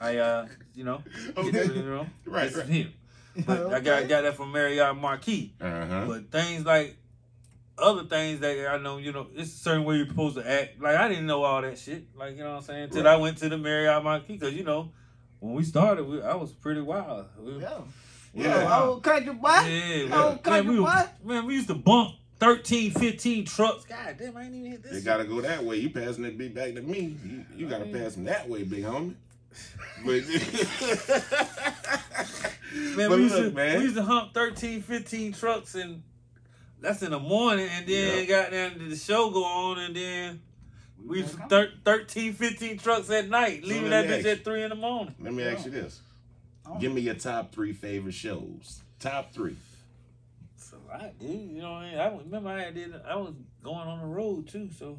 [SPEAKER 3] I uh, you know,
[SPEAKER 2] <laughs> Okay.
[SPEAKER 3] you know,
[SPEAKER 2] Right,
[SPEAKER 3] this is
[SPEAKER 2] right.
[SPEAKER 3] him. But I got got that from Marriott Marquis.
[SPEAKER 2] Uh huh.
[SPEAKER 3] But things like other things that I know, you know, it's a certain way you're supposed to act. Like I didn't know all that shit. Like you know what I'm saying? Until I
[SPEAKER 2] Right.
[SPEAKER 3] went to the Marriott Marquis, because you know, when we started, we, I was pretty wild. We-
[SPEAKER 1] Yeah.
[SPEAKER 3] we
[SPEAKER 1] Yeah.
[SPEAKER 3] were
[SPEAKER 1] Old country boy.
[SPEAKER 3] yeah,
[SPEAKER 1] Oh,
[SPEAKER 3] man. man, we, were-
[SPEAKER 1] what?
[SPEAKER 3] man, we used to bump 13, 15 trucks. God damn, I ain't even hit this.
[SPEAKER 2] They gotta go that way. You passing that beat back to me. You, you gotta pass him that way, big homie.
[SPEAKER 3] <laughs>
[SPEAKER 2] <laughs> But,
[SPEAKER 3] man,
[SPEAKER 2] But
[SPEAKER 3] we used
[SPEAKER 2] look,
[SPEAKER 3] to, We used to hump 13, 15 trucks, and that's in the morning. And then got down the show go on, and then we used to thir- 13, 15 trucks at night,
[SPEAKER 2] So
[SPEAKER 3] leaving that
[SPEAKER 2] let me
[SPEAKER 3] bitch
[SPEAKER 2] ask
[SPEAKER 3] at 3 in the morning.
[SPEAKER 2] Let me ask you this.
[SPEAKER 1] Oh.
[SPEAKER 2] Give me your top three favorite shows. Top three.
[SPEAKER 3] It's a lot, dude. You know what I mean? I remember I did. I was going on the road too, so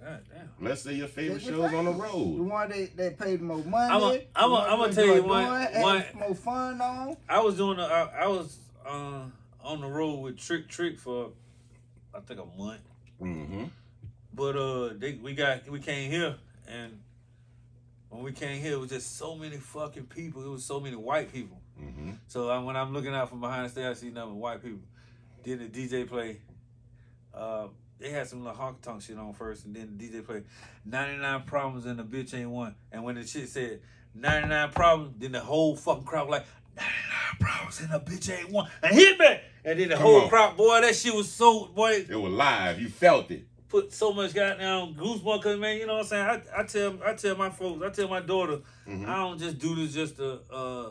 [SPEAKER 3] god damn.
[SPEAKER 2] Let's say your favorite
[SPEAKER 1] That's your
[SPEAKER 2] shows on the
[SPEAKER 1] The
[SPEAKER 2] road.
[SPEAKER 1] one that, that paid more money.
[SPEAKER 3] I'ma-
[SPEAKER 1] the
[SPEAKER 3] I'ma-
[SPEAKER 1] one
[SPEAKER 3] I'ma
[SPEAKER 1] that
[SPEAKER 3] tell you
[SPEAKER 1] enjoyed
[SPEAKER 3] one-
[SPEAKER 1] doing, had
[SPEAKER 3] one-
[SPEAKER 1] more fun on.
[SPEAKER 3] I was doing. A, I, I was uh, on the road with Trick Trick for I think a month.
[SPEAKER 2] Mm-hmm.
[SPEAKER 3] But uh, they, we got we came here, and when we came here, it was just so many fucking people. It was so many white people.
[SPEAKER 2] Mm-hmm.
[SPEAKER 3] So I, when I'm looking out from behind the stage, I see nothing but white people. Then the DJ play. Uh, they had some little honky tonk shit on first, and then the DJ played 99 problems and the bitch ain't one. And when the shit said 99 problems, then the whole fucking crowd was like 99 problems and the bitch ain't one. And hit me. And then the
[SPEAKER 2] Come
[SPEAKER 3] whole
[SPEAKER 2] on.
[SPEAKER 3] crowd, boy, that shit was so boy
[SPEAKER 2] It was live. You felt it.
[SPEAKER 3] put so much goddamn goosebumps, cause man, you know what I'm saying. I, I tell I tell my folks, I tell my daughter,
[SPEAKER 2] Mhm.
[SPEAKER 3] I don't just do this just to, uh,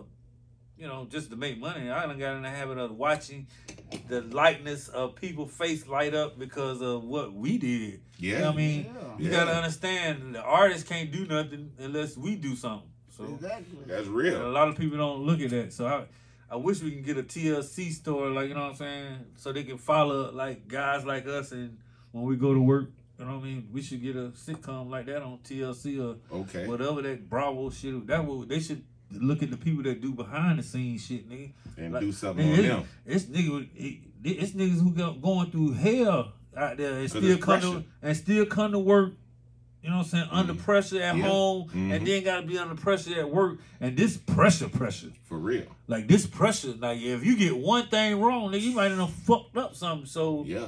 [SPEAKER 3] you know, just to make money. I done got in the habit of watching the lightness of people face light up because of what we did. You know what I mean,
[SPEAKER 1] Yeah.
[SPEAKER 3] you gotta understand the artist can't do nothing unless we do something. So
[SPEAKER 1] Exactly.
[SPEAKER 2] That's
[SPEAKER 3] a
[SPEAKER 2] real.
[SPEAKER 3] lot of people don't look at that. So I, I wish we can get a TLC store, like you know what I'm saying, so they can follow like guys like us. And when we go to work, you know what I mean. We should get a sitcom like that on TLC or
[SPEAKER 2] Okay.
[SPEAKER 3] whatever that Bravo shit. That will they should look at the people that do behind the scenes shit, nigga.
[SPEAKER 2] And
[SPEAKER 3] Like, Mm-hmm.
[SPEAKER 2] do something
[SPEAKER 3] nigga,
[SPEAKER 2] on
[SPEAKER 3] it's-
[SPEAKER 2] them.
[SPEAKER 3] It's nigga, it, it's niggas who go, going through hell out there and still
[SPEAKER 2] it's
[SPEAKER 3] come
[SPEAKER 2] pressure. Mm.
[SPEAKER 3] to and still come to work. You know what I'm saying? Under pressure at
[SPEAKER 2] Yeah.
[SPEAKER 3] home,
[SPEAKER 2] Mhm.
[SPEAKER 3] and then gotta be under pressure at work, and this pressure, pressure.
[SPEAKER 2] For real.
[SPEAKER 3] Like this pressure, like if you get one thing wrong, then you might have fucked up something. So
[SPEAKER 2] Yeah.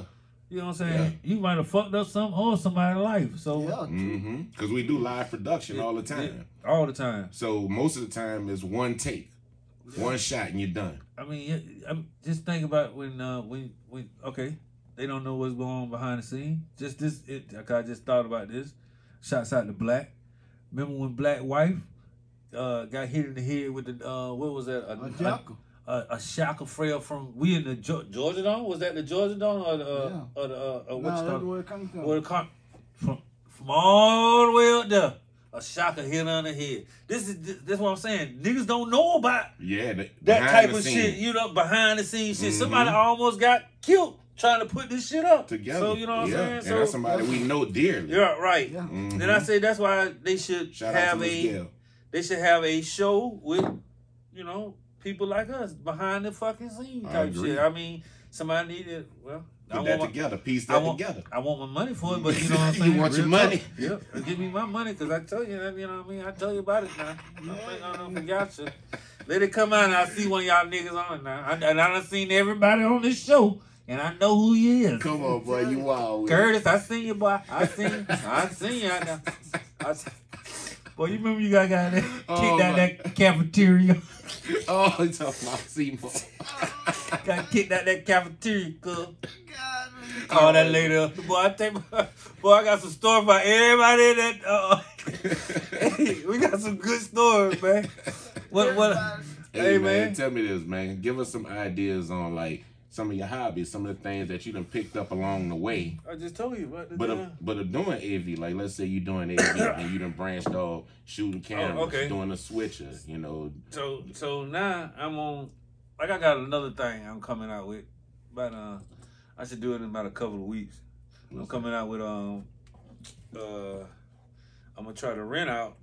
[SPEAKER 3] you know what I'm saying? You might have fucked up something or somebody's life. So
[SPEAKER 1] Yeah.
[SPEAKER 2] Mm-hmm. Because we do live production all the time.
[SPEAKER 3] all the time.
[SPEAKER 2] So most of the time it's one take, one shot, and you're done.
[SPEAKER 3] I mean, yeah, I'm just think about when uh, when when okay, they don't know what's going on behind the scene. Just this, it, like I just thought about this. Shots out to Black. Remember when Black wife uh, got hit in the head with the uh, what was that?
[SPEAKER 1] A jackal.
[SPEAKER 3] a, a Shaka Frail from we in the Geo- Georgia Dome. Was that the Georgia Dome or the uh,
[SPEAKER 1] Yeah.
[SPEAKER 3] or the uh, uh,
[SPEAKER 1] No,
[SPEAKER 3] what you
[SPEAKER 1] that's
[SPEAKER 3] call it?
[SPEAKER 1] where it comes from.
[SPEAKER 3] Where it come from? From all the way up there. A shocker hit on the head. This is this, this what I'm saying. Niggas don't know about
[SPEAKER 2] Yeah. The,
[SPEAKER 3] that
[SPEAKER 2] behind
[SPEAKER 3] type
[SPEAKER 2] the
[SPEAKER 3] of
[SPEAKER 2] scene.
[SPEAKER 3] shit. You know, behind the scenes shit.
[SPEAKER 2] Mhm.
[SPEAKER 3] Somebody almost got killed trying to put this shit up
[SPEAKER 2] Together.
[SPEAKER 3] So you know what
[SPEAKER 2] yeah.
[SPEAKER 3] I'm
[SPEAKER 2] And
[SPEAKER 3] saying.
[SPEAKER 2] that's
[SPEAKER 3] so
[SPEAKER 2] somebody we know dearly.
[SPEAKER 3] yeah, right.
[SPEAKER 1] Yeah.
[SPEAKER 2] Mhm.
[SPEAKER 3] Then I say that's why they should
[SPEAKER 2] Shout out
[SPEAKER 3] have
[SPEAKER 2] to
[SPEAKER 3] a
[SPEAKER 2] Miss Gail.
[SPEAKER 3] they should have a show with, you know, people like us behind the fucking scene
[SPEAKER 2] I
[SPEAKER 3] type
[SPEAKER 2] agree.
[SPEAKER 3] shit. I mean, somebody needed. Well, I
[SPEAKER 2] Put
[SPEAKER 3] want,
[SPEAKER 2] that
[SPEAKER 3] my,
[SPEAKER 2] together. Piece
[SPEAKER 3] I
[SPEAKER 2] that
[SPEAKER 3] want,
[SPEAKER 2] together.
[SPEAKER 3] I want my money for it, but
[SPEAKER 2] <laughs>
[SPEAKER 3] you know what I'm
[SPEAKER 2] You
[SPEAKER 3] saying.
[SPEAKER 2] want your
[SPEAKER 3] Real
[SPEAKER 2] money.
[SPEAKER 3] talk. Yep, give me my money because I tell you that. You know what I mean. I tell you about it now. I think I don't forget you. Let it come out. and I see one of y'all niggas on it now, I, and I done seen everybody on this show, and I know who he is.
[SPEAKER 2] Come on, boy. You wild. with it.
[SPEAKER 3] Curtis, I seen you, boy. I seen, I seen you out there. I s- boy, you remember you got got that
[SPEAKER 2] <laughs>
[SPEAKER 3] kicked
[SPEAKER 2] Oh,
[SPEAKER 3] out
[SPEAKER 2] my-
[SPEAKER 3] that cafeteria?
[SPEAKER 2] <laughs>
[SPEAKER 3] <laughs>
[SPEAKER 2] Oh, he's talking about Seymour.
[SPEAKER 3] got kicked out that cafeteria, cuz.
[SPEAKER 1] God,
[SPEAKER 3] Call that later. Boy, I take my, <laughs> boy, I got some stories about everybody in that. Uh, <laughs> we got some good stories, man. What, what?
[SPEAKER 1] everybody-
[SPEAKER 2] Hey,
[SPEAKER 3] Hey,
[SPEAKER 2] man,
[SPEAKER 3] man.
[SPEAKER 2] tell me this, man. Give us some ideas on like some of your hobbies, some of the things that you done picked up along the way.
[SPEAKER 3] I just told you about the
[SPEAKER 2] But uh,
[SPEAKER 3] damn-
[SPEAKER 2] of, but of doing AV, like let's say you doing AV <coughs> and you done branched off shooting cameras,
[SPEAKER 3] Oh, okay.
[SPEAKER 2] doing a switcher, you know.
[SPEAKER 3] So so now I'm on like I got another thing I'm coming out with. But uh I should do it in about a couple of weeks. I'm
[SPEAKER 2] What's
[SPEAKER 3] coming out with um uh I'm gonna try to rent out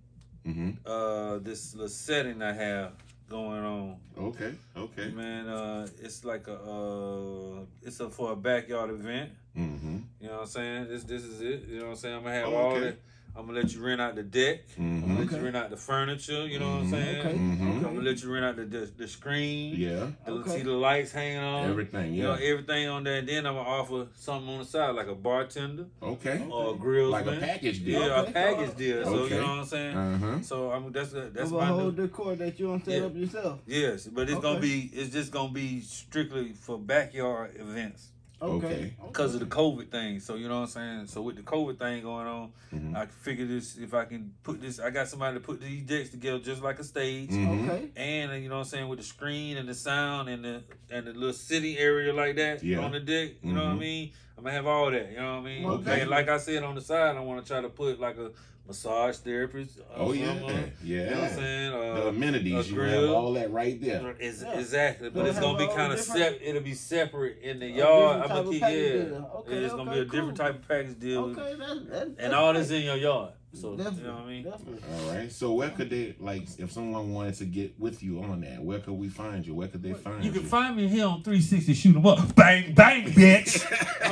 [SPEAKER 2] hmm
[SPEAKER 3] uh this little setting I have going on.
[SPEAKER 2] Okay, okay.
[SPEAKER 3] Man, uh it's like a uh it's a for a backyard event.
[SPEAKER 2] Mm-hmm.
[SPEAKER 3] You know what I'm saying? This this is it. You know what I'm saying? I'm gonna have
[SPEAKER 2] Oh,
[SPEAKER 3] all
[SPEAKER 2] okay.
[SPEAKER 3] the I'm gonna let you rent out the deck. I'm
[SPEAKER 2] Mm-hmm.
[SPEAKER 3] gonna let
[SPEAKER 1] Okay.
[SPEAKER 3] you rent out the furniture. You know what I'm saying?
[SPEAKER 1] Okay.
[SPEAKER 2] Mm-hmm.
[SPEAKER 3] I'm gonna let you rent out the the, the screen.
[SPEAKER 2] Yeah.
[SPEAKER 3] The,
[SPEAKER 1] Okay.
[SPEAKER 3] See the lights hanging on.
[SPEAKER 2] Everything.
[SPEAKER 3] Um, You know
[SPEAKER 2] Yeah.
[SPEAKER 3] everything on there. And then I'm gonna offer something on the side, like a bartender
[SPEAKER 2] Okay.
[SPEAKER 3] or a grill
[SPEAKER 2] Like a package
[SPEAKER 3] Yeah,
[SPEAKER 2] deal.
[SPEAKER 1] Okay.
[SPEAKER 3] a package deal. So
[SPEAKER 2] Okay.
[SPEAKER 3] you know what I'm saying.
[SPEAKER 2] Uh huh.
[SPEAKER 3] So I'm that's that's
[SPEAKER 1] Of a
[SPEAKER 3] my
[SPEAKER 1] whole
[SPEAKER 3] new.
[SPEAKER 1] decor that you don't set
[SPEAKER 3] Yeah.
[SPEAKER 1] up yourself.
[SPEAKER 3] Yes, but it's gonna
[SPEAKER 1] Okay.
[SPEAKER 3] be it's just gonna be strictly for backyard events
[SPEAKER 1] Okay.
[SPEAKER 3] because of the COVID thing. So you know what I'm saying. So with the COVID thing going on,
[SPEAKER 2] Mhm.
[SPEAKER 3] I figure this if I can put this, I got somebody to put these decks together just like a stage.
[SPEAKER 2] Mhm.
[SPEAKER 1] Okay.
[SPEAKER 3] And uh, you know what I'm saying with the screen and the sound and the and the little city area like that
[SPEAKER 2] Yeah.
[SPEAKER 3] on the deck, you know what I
[SPEAKER 2] Mhm.
[SPEAKER 3] mean. I'm gonna have all that, you know what I mean.
[SPEAKER 1] Okay.
[SPEAKER 3] And like I said on the side, I want to try to put like a massage therapist. uh,
[SPEAKER 2] Oh yeah.
[SPEAKER 3] someone,
[SPEAKER 2] Yeah.
[SPEAKER 3] you know what I'm saying. Uh,
[SPEAKER 2] the amenities.
[SPEAKER 3] a
[SPEAKER 2] You have
[SPEAKER 3] grill.
[SPEAKER 2] all that right there.
[SPEAKER 3] Ex-
[SPEAKER 1] Yeah.
[SPEAKER 3] Exactly, but
[SPEAKER 1] They'll
[SPEAKER 3] it's gonna
[SPEAKER 1] have
[SPEAKER 3] be
[SPEAKER 1] a
[SPEAKER 3] kind of
[SPEAKER 1] different-
[SPEAKER 3] sep. It'll be separate in the
[SPEAKER 1] A
[SPEAKER 3] yard.
[SPEAKER 1] different
[SPEAKER 3] I'm
[SPEAKER 1] type
[SPEAKER 3] gonna
[SPEAKER 1] of
[SPEAKER 3] keep yeah.
[SPEAKER 1] package deal. Okay,
[SPEAKER 3] it's gonna be a
[SPEAKER 1] okay,
[SPEAKER 3] different
[SPEAKER 1] cool.
[SPEAKER 3] type of package deal,
[SPEAKER 1] Okay. That's, that's,
[SPEAKER 3] and
[SPEAKER 1] that's
[SPEAKER 3] all this
[SPEAKER 1] great.
[SPEAKER 3] in your yard. So
[SPEAKER 1] Definitely,
[SPEAKER 3] you know what I mean.
[SPEAKER 1] definitely.
[SPEAKER 2] All right. So where could they like if someone wanted to get with you on that? Where could we find you? Where could they find
[SPEAKER 4] You
[SPEAKER 2] you?
[SPEAKER 4] can
[SPEAKER 3] <laughs>
[SPEAKER 4] find me here on 360 Shoot 'em Up. Bang, bang,
[SPEAKER 2] <laughs>
[SPEAKER 4] bitch.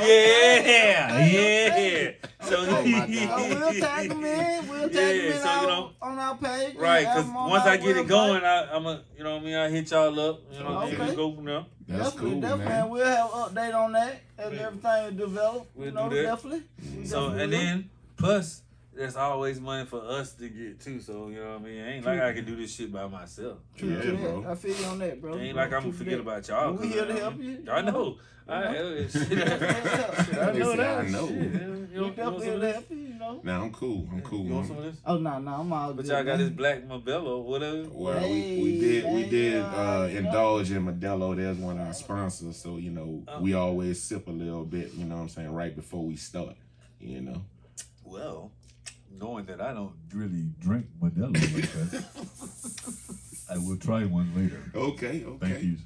[SPEAKER 3] <laughs>
[SPEAKER 4] yeah,
[SPEAKER 1] Okay.
[SPEAKER 3] yeah. So
[SPEAKER 2] Oh,
[SPEAKER 3] <laughs>
[SPEAKER 2] my <laughs> God.
[SPEAKER 1] Oh, we'll tag them in. We'll tag them in
[SPEAKER 3] Yeah, so, you
[SPEAKER 1] our-
[SPEAKER 3] know-
[SPEAKER 1] on our page. and
[SPEAKER 3] right,
[SPEAKER 1] have
[SPEAKER 3] because
[SPEAKER 1] them on
[SPEAKER 3] once
[SPEAKER 1] our
[SPEAKER 3] I get it
[SPEAKER 1] website.
[SPEAKER 3] going, I, I'm a you know what I mean. I hit y'all up. You know, okay.
[SPEAKER 1] Okay.
[SPEAKER 3] we go from there.
[SPEAKER 2] That's
[SPEAKER 1] definitely,
[SPEAKER 2] cool,
[SPEAKER 1] definitely.
[SPEAKER 2] man.
[SPEAKER 1] And we'll have update on that as
[SPEAKER 3] Yeah.
[SPEAKER 1] everything develops.
[SPEAKER 3] We'll
[SPEAKER 1] you know,
[SPEAKER 3] do that.
[SPEAKER 1] definitely.
[SPEAKER 2] Mm-hmm.
[SPEAKER 1] We
[SPEAKER 3] So
[SPEAKER 1] definitely
[SPEAKER 3] and
[SPEAKER 1] will.
[SPEAKER 3] then plus. There's always money for us to get too, so you know what I mean. Ain't like I can do this shit by myself.
[SPEAKER 1] True
[SPEAKER 2] Yeah,
[SPEAKER 1] to that.
[SPEAKER 2] bro.
[SPEAKER 1] I feel you on that, bro.
[SPEAKER 3] It ain't like
[SPEAKER 1] True
[SPEAKER 3] I'm gonna
[SPEAKER 1] to
[SPEAKER 3] forget
[SPEAKER 1] that.
[SPEAKER 3] about y'all.
[SPEAKER 1] We
[SPEAKER 3] 'cause
[SPEAKER 1] here to
[SPEAKER 3] I-
[SPEAKER 1] help you.
[SPEAKER 3] I know. I,
[SPEAKER 1] You
[SPEAKER 3] <laughs> shit, I
[SPEAKER 1] They
[SPEAKER 3] know
[SPEAKER 2] say,
[SPEAKER 3] that.
[SPEAKER 2] "I know."
[SPEAKER 3] Shit, you
[SPEAKER 1] We
[SPEAKER 3] want- you
[SPEAKER 1] definitely
[SPEAKER 3] want some
[SPEAKER 1] here
[SPEAKER 3] of
[SPEAKER 1] to
[SPEAKER 3] this?
[SPEAKER 1] help you, you know.
[SPEAKER 2] Now I'm cool. I'm cool.
[SPEAKER 3] You want
[SPEAKER 2] I'm-
[SPEAKER 3] some of this?
[SPEAKER 1] Oh, no, no, I'm all
[SPEAKER 3] But
[SPEAKER 1] good.
[SPEAKER 3] y'all
[SPEAKER 1] man.
[SPEAKER 3] got this black Mabello, whatever.
[SPEAKER 2] Well, we,
[SPEAKER 1] Hey,
[SPEAKER 2] we did we
[SPEAKER 1] man.
[SPEAKER 2] did uh, indulge in Modelo. There's one of our sponsors, so you know we always sip a little bit. You know what I'm saying right before we start. You know,
[SPEAKER 3] Well, knowing that I don't.
[SPEAKER 4] Really drink Modelo
[SPEAKER 3] <laughs>
[SPEAKER 4] like that. I will try one later.
[SPEAKER 2] okay,
[SPEAKER 4] Thank
[SPEAKER 2] okay.
[SPEAKER 4] you.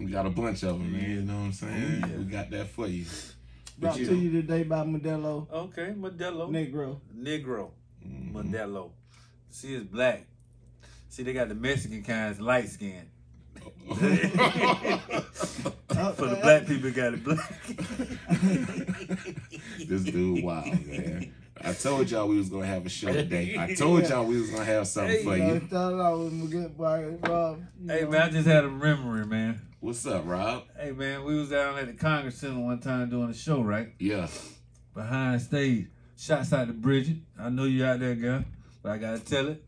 [SPEAKER 2] We got a bunch of them, man. You know what I'm saying?
[SPEAKER 3] Oh, yeah.
[SPEAKER 2] We got that for you.
[SPEAKER 1] <laughs> Brought
[SPEAKER 2] you
[SPEAKER 1] to
[SPEAKER 2] know.
[SPEAKER 1] you today by Modelo
[SPEAKER 3] Okay, Modelo.
[SPEAKER 1] Negro.
[SPEAKER 3] Negro.
[SPEAKER 2] Mhm.
[SPEAKER 4] Mm-hmm.
[SPEAKER 3] Modelo. She is black. See, they got the Mexican kinds light skin. For the black people, got it <laughs> black.
[SPEAKER 2] <laughs> this dude, wow, man. I told y'all we was gonna have a show today. I told y'all we was gonna have something
[SPEAKER 3] Hey,
[SPEAKER 2] for
[SPEAKER 1] You know,
[SPEAKER 2] you.
[SPEAKER 1] it started out with my good boy, Rob. um, you
[SPEAKER 3] hey,
[SPEAKER 1] know.
[SPEAKER 3] man, I just had a memory, man.
[SPEAKER 2] What's up, Rob?
[SPEAKER 3] Hey, man, we was down at the Congress Center one time doing a show, right?
[SPEAKER 2] Yeah.
[SPEAKER 3] behind stage. Shots out to Bridget. I know you out there, girl, but I gotta tell it.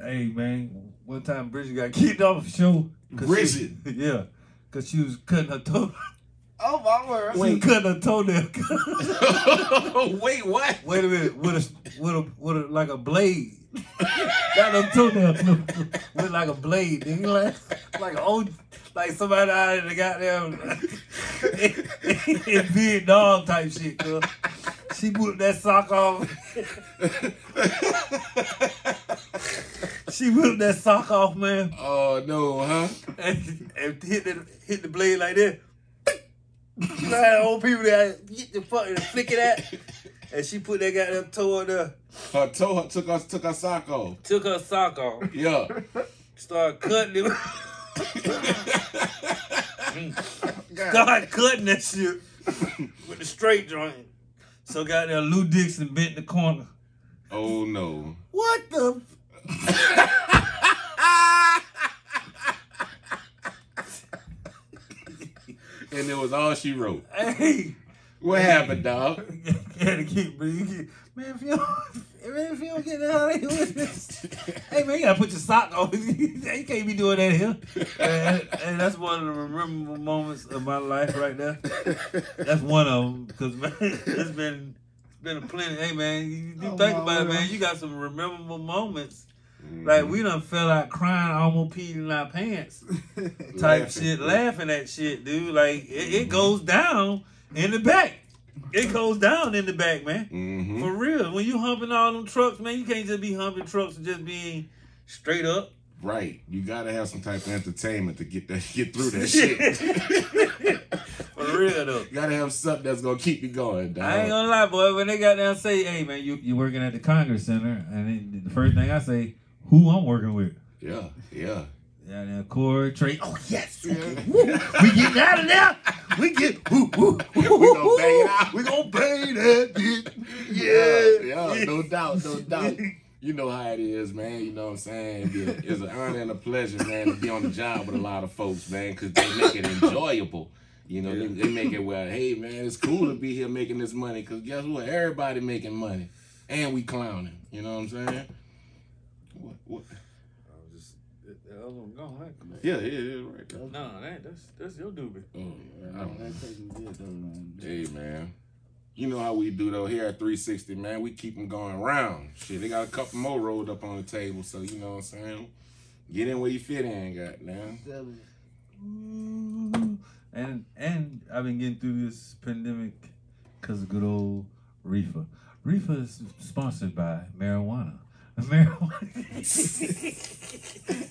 [SPEAKER 3] Hey, man, one time Bridget got <laughs> kicked off the show. 'cause she- <laughs> yeah, because she was cutting her toe. <laughs>
[SPEAKER 1] Oh, my word.
[SPEAKER 3] She was
[SPEAKER 1] <laughs>
[SPEAKER 2] <laughs>
[SPEAKER 3] cutting her toenail. <laughs>
[SPEAKER 2] Wait, what? <laughs>
[SPEAKER 3] Wait a minute, with a with a with a like a blade. Not no toenail, no, <laughs> with like a blade, nigga, like like an old, like somebody out of the goddamn <laughs> in Vietnam type shit. Girl. She whipped that sock off. <laughs> She whipped that sock off, man,
[SPEAKER 2] oh no, huh?
[SPEAKER 3] and, and hit the hit the blade like this. You know how the old people that get the fucking flick of that, and she put that goddamn toe on there.
[SPEAKER 2] Her toe her, took us took her sock off.
[SPEAKER 3] took her sock off,
[SPEAKER 2] Yeah. <laughs>
[SPEAKER 3] started cutting it, <laughs> started cutting that shit with the straight joint. So goddamn Lou Dixon bent the corner.
[SPEAKER 2] Oh no.
[SPEAKER 3] What the?
[SPEAKER 2] And it was all she wrote.
[SPEAKER 3] F- hey, <laughs>
[SPEAKER 2] What happened, dog?
[SPEAKER 3] you gotta keep, but you get, man, if you don't, man, if you don't get that out of here with this, hey man, you gotta put your sock on. <laughs> you can't be doing that here. And, and that's one of the memorable moments of my life right there. That's one of them because man, <laughs> it's been it's been a plenty. Hey man, you, you
[SPEAKER 1] Oh,
[SPEAKER 3] think
[SPEAKER 1] my
[SPEAKER 3] about it, man.
[SPEAKER 1] Lord.
[SPEAKER 3] You got some memorable moments. Like we done fell out crying, almost peeing in our pants, type
[SPEAKER 2] Laughing.
[SPEAKER 3] shit, laughing at shit, dude. Like it, it goes down in the back. It goes down in the back, man.
[SPEAKER 2] Mm-hmm.
[SPEAKER 3] For real, when you humping all them trucks, man, you can't just be humping trucks and just being straight up.
[SPEAKER 2] Right. You gotta have some type of entertainment to get that get through that shit.
[SPEAKER 3] <laughs> For real though.
[SPEAKER 2] you gotta have something that's gonna keep you going, dog.
[SPEAKER 3] I ain't gonna lie, boy. When they got down, say, "Hey, man, you you working at the Congress Center?" and then the first thing I say, "Who I'm working with?"
[SPEAKER 2] Yeah, yeah.
[SPEAKER 3] Yeah, then Corey, Trey. Oh,
[SPEAKER 5] yes.
[SPEAKER 2] Yeah.
[SPEAKER 5] Woo. we getting out of there. We get. Woo, woo, woo,
[SPEAKER 2] We gonna bang it out.
[SPEAKER 5] We gonna bang that bitch.
[SPEAKER 2] yeah,
[SPEAKER 3] <laughs>
[SPEAKER 2] yeah, no doubt, no doubt. You know how it is, man. You know what I'm saying? It'd be a- It's an honor and a pleasure, man, to be on the job with a lot of folks, man, because they make it enjoyable. You know, they, they make it well. Hey, man, it's cool to be here making this money because guess what? Everybody making money, and we clowning. You know what I'm saying? What? What?
[SPEAKER 5] I was just. that- That other one gone, right?
[SPEAKER 2] Yeah, yeah, yeah, right. There.
[SPEAKER 5] No, that, that's that's your doobie.
[SPEAKER 2] Oh, I
[SPEAKER 1] Yeah,
[SPEAKER 2] don't know.
[SPEAKER 1] that person did though, man.
[SPEAKER 2] Hey man, you know how we do though here at 360, man. We keep them going round. Shit, they got a couple more rolled up on the table, so you know what I'm saying. Get in where you fit in, goddamn.
[SPEAKER 1] That was-
[SPEAKER 3] Ooh. Mm, And and I've been getting through this pandemic because of good old Reefer. Reefer is sponsored by marijuana. <laughs> Marijuana.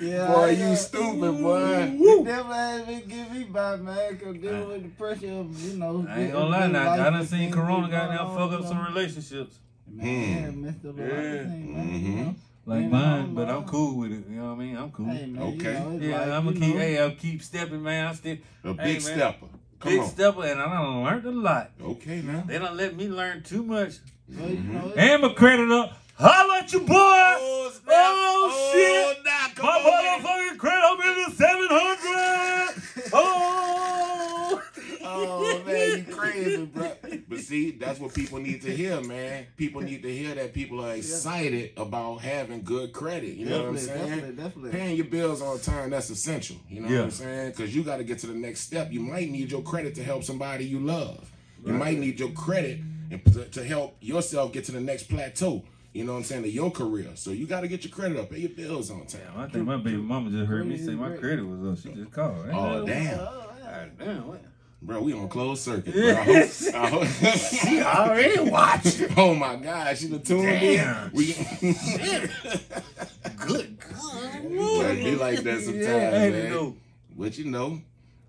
[SPEAKER 1] Yeah,
[SPEAKER 2] Boy,
[SPEAKER 1] I,
[SPEAKER 2] you
[SPEAKER 1] uh,
[SPEAKER 2] stupid, boy.
[SPEAKER 1] It definitely ain't been getting me by, man, because dealing
[SPEAKER 3] I-
[SPEAKER 1] with the pressure of, you know.
[SPEAKER 3] I ain't
[SPEAKER 1] getting
[SPEAKER 3] gonna lie,
[SPEAKER 1] through
[SPEAKER 3] now,
[SPEAKER 1] life
[SPEAKER 3] I done
[SPEAKER 1] and
[SPEAKER 3] seen
[SPEAKER 1] things
[SPEAKER 3] Corona
[SPEAKER 1] going
[SPEAKER 3] goddamn
[SPEAKER 1] on,
[SPEAKER 3] fuck up
[SPEAKER 1] you
[SPEAKER 3] some
[SPEAKER 1] know.
[SPEAKER 3] relationships
[SPEAKER 1] Man, messed up a lot of
[SPEAKER 5] Yeah.
[SPEAKER 1] things, man.
[SPEAKER 2] Mm-hmm.
[SPEAKER 1] you know?
[SPEAKER 3] like
[SPEAKER 1] Yeah,
[SPEAKER 3] mine,
[SPEAKER 1] I'm
[SPEAKER 3] but I'm
[SPEAKER 1] lying.
[SPEAKER 3] cool with it. You know what I mean? I'm cool.
[SPEAKER 1] Hey, man,
[SPEAKER 2] Okay.
[SPEAKER 1] You know, it's
[SPEAKER 3] yeah,
[SPEAKER 1] like,
[SPEAKER 3] I'm
[SPEAKER 1] you
[SPEAKER 3] gonna keep.
[SPEAKER 1] know,
[SPEAKER 3] Hey, I'm keep stepping, man. I still
[SPEAKER 2] A
[SPEAKER 3] Hey,
[SPEAKER 2] big
[SPEAKER 3] man.
[SPEAKER 2] stepper. Come
[SPEAKER 3] big
[SPEAKER 2] on.
[SPEAKER 3] stepper, and I done learned a lot.
[SPEAKER 2] okay now.
[SPEAKER 3] They don't let me learn too much.
[SPEAKER 1] but, you
[SPEAKER 2] Mm-hmm.
[SPEAKER 1] know, it's-
[SPEAKER 3] And my credit up. Holla at your boy.
[SPEAKER 2] snap.
[SPEAKER 3] Oh,
[SPEAKER 2] nah, come
[SPEAKER 3] My
[SPEAKER 2] on, man.
[SPEAKER 3] motherfucking credit up is 700. Oh.
[SPEAKER 2] Oh man, you crazy, bro. But see, that's what people need to hear, man. People need to hear that people are excited about having good credit. You know what I'm
[SPEAKER 1] Definitely,
[SPEAKER 2] saying?
[SPEAKER 1] definitely, definitely.
[SPEAKER 2] Paying your bills on time, that's essential. You know what
[SPEAKER 3] Yeah.
[SPEAKER 2] I'm saying? Because you got to get to the next step. You might need your credit to help somebody you love. You might need your credit and to, to help yourself get to the next plateau. You know what I'm saying? To your career. So you got to get your credit up. Pay your bills on time.
[SPEAKER 3] Damn, I think my baby mama just heard me say my credit was up. She just called. Ain't
[SPEAKER 2] Oh,
[SPEAKER 3] that-
[SPEAKER 2] damn.
[SPEAKER 1] Oh, yeah.
[SPEAKER 5] Damn, what?
[SPEAKER 2] Bro, we on closed circuit. Bro. I hope,
[SPEAKER 3] <laughs>
[SPEAKER 2] I hope. <laughs> she
[SPEAKER 5] already watching.
[SPEAKER 2] Oh my God, she done tuned
[SPEAKER 3] Damn.
[SPEAKER 2] in. We <laughs>
[SPEAKER 5] Good God.
[SPEAKER 2] But it be like that sometimes,
[SPEAKER 3] Yeah, ain't it
[SPEAKER 2] man.
[SPEAKER 3] though?
[SPEAKER 2] But you know,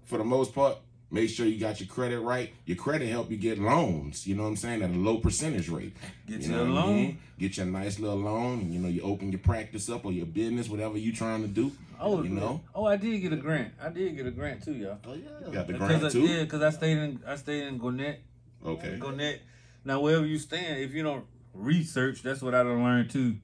[SPEAKER 2] for the most part, make sure you got your credit right. Your credit help you get loans. You know what I'm saying? At a low percentage rate.
[SPEAKER 3] Get
[SPEAKER 2] you
[SPEAKER 3] you
[SPEAKER 2] know
[SPEAKER 3] a
[SPEAKER 2] what I
[SPEAKER 3] loan.
[SPEAKER 2] mean? Get you a nice little loan. And, you know, you open your practice up or your business, whatever you trying to do.
[SPEAKER 3] Oh,
[SPEAKER 2] you know,
[SPEAKER 3] Oh, I did get a grant. I did get a grant too, y'all.
[SPEAKER 1] Oh, yeah.
[SPEAKER 2] got the
[SPEAKER 3] Because
[SPEAKER 2] grant
[SPEAKER 3] I,
[SPEAKER 2] too.
[SPEAKER 3] yeah, because I stayed in I stayed in Gwinnett.
[SPEAKER 2] Okay.
[SPEAKER 3] Gwinnett. Now wherever you stand, if you don't research, that's what I done learned too.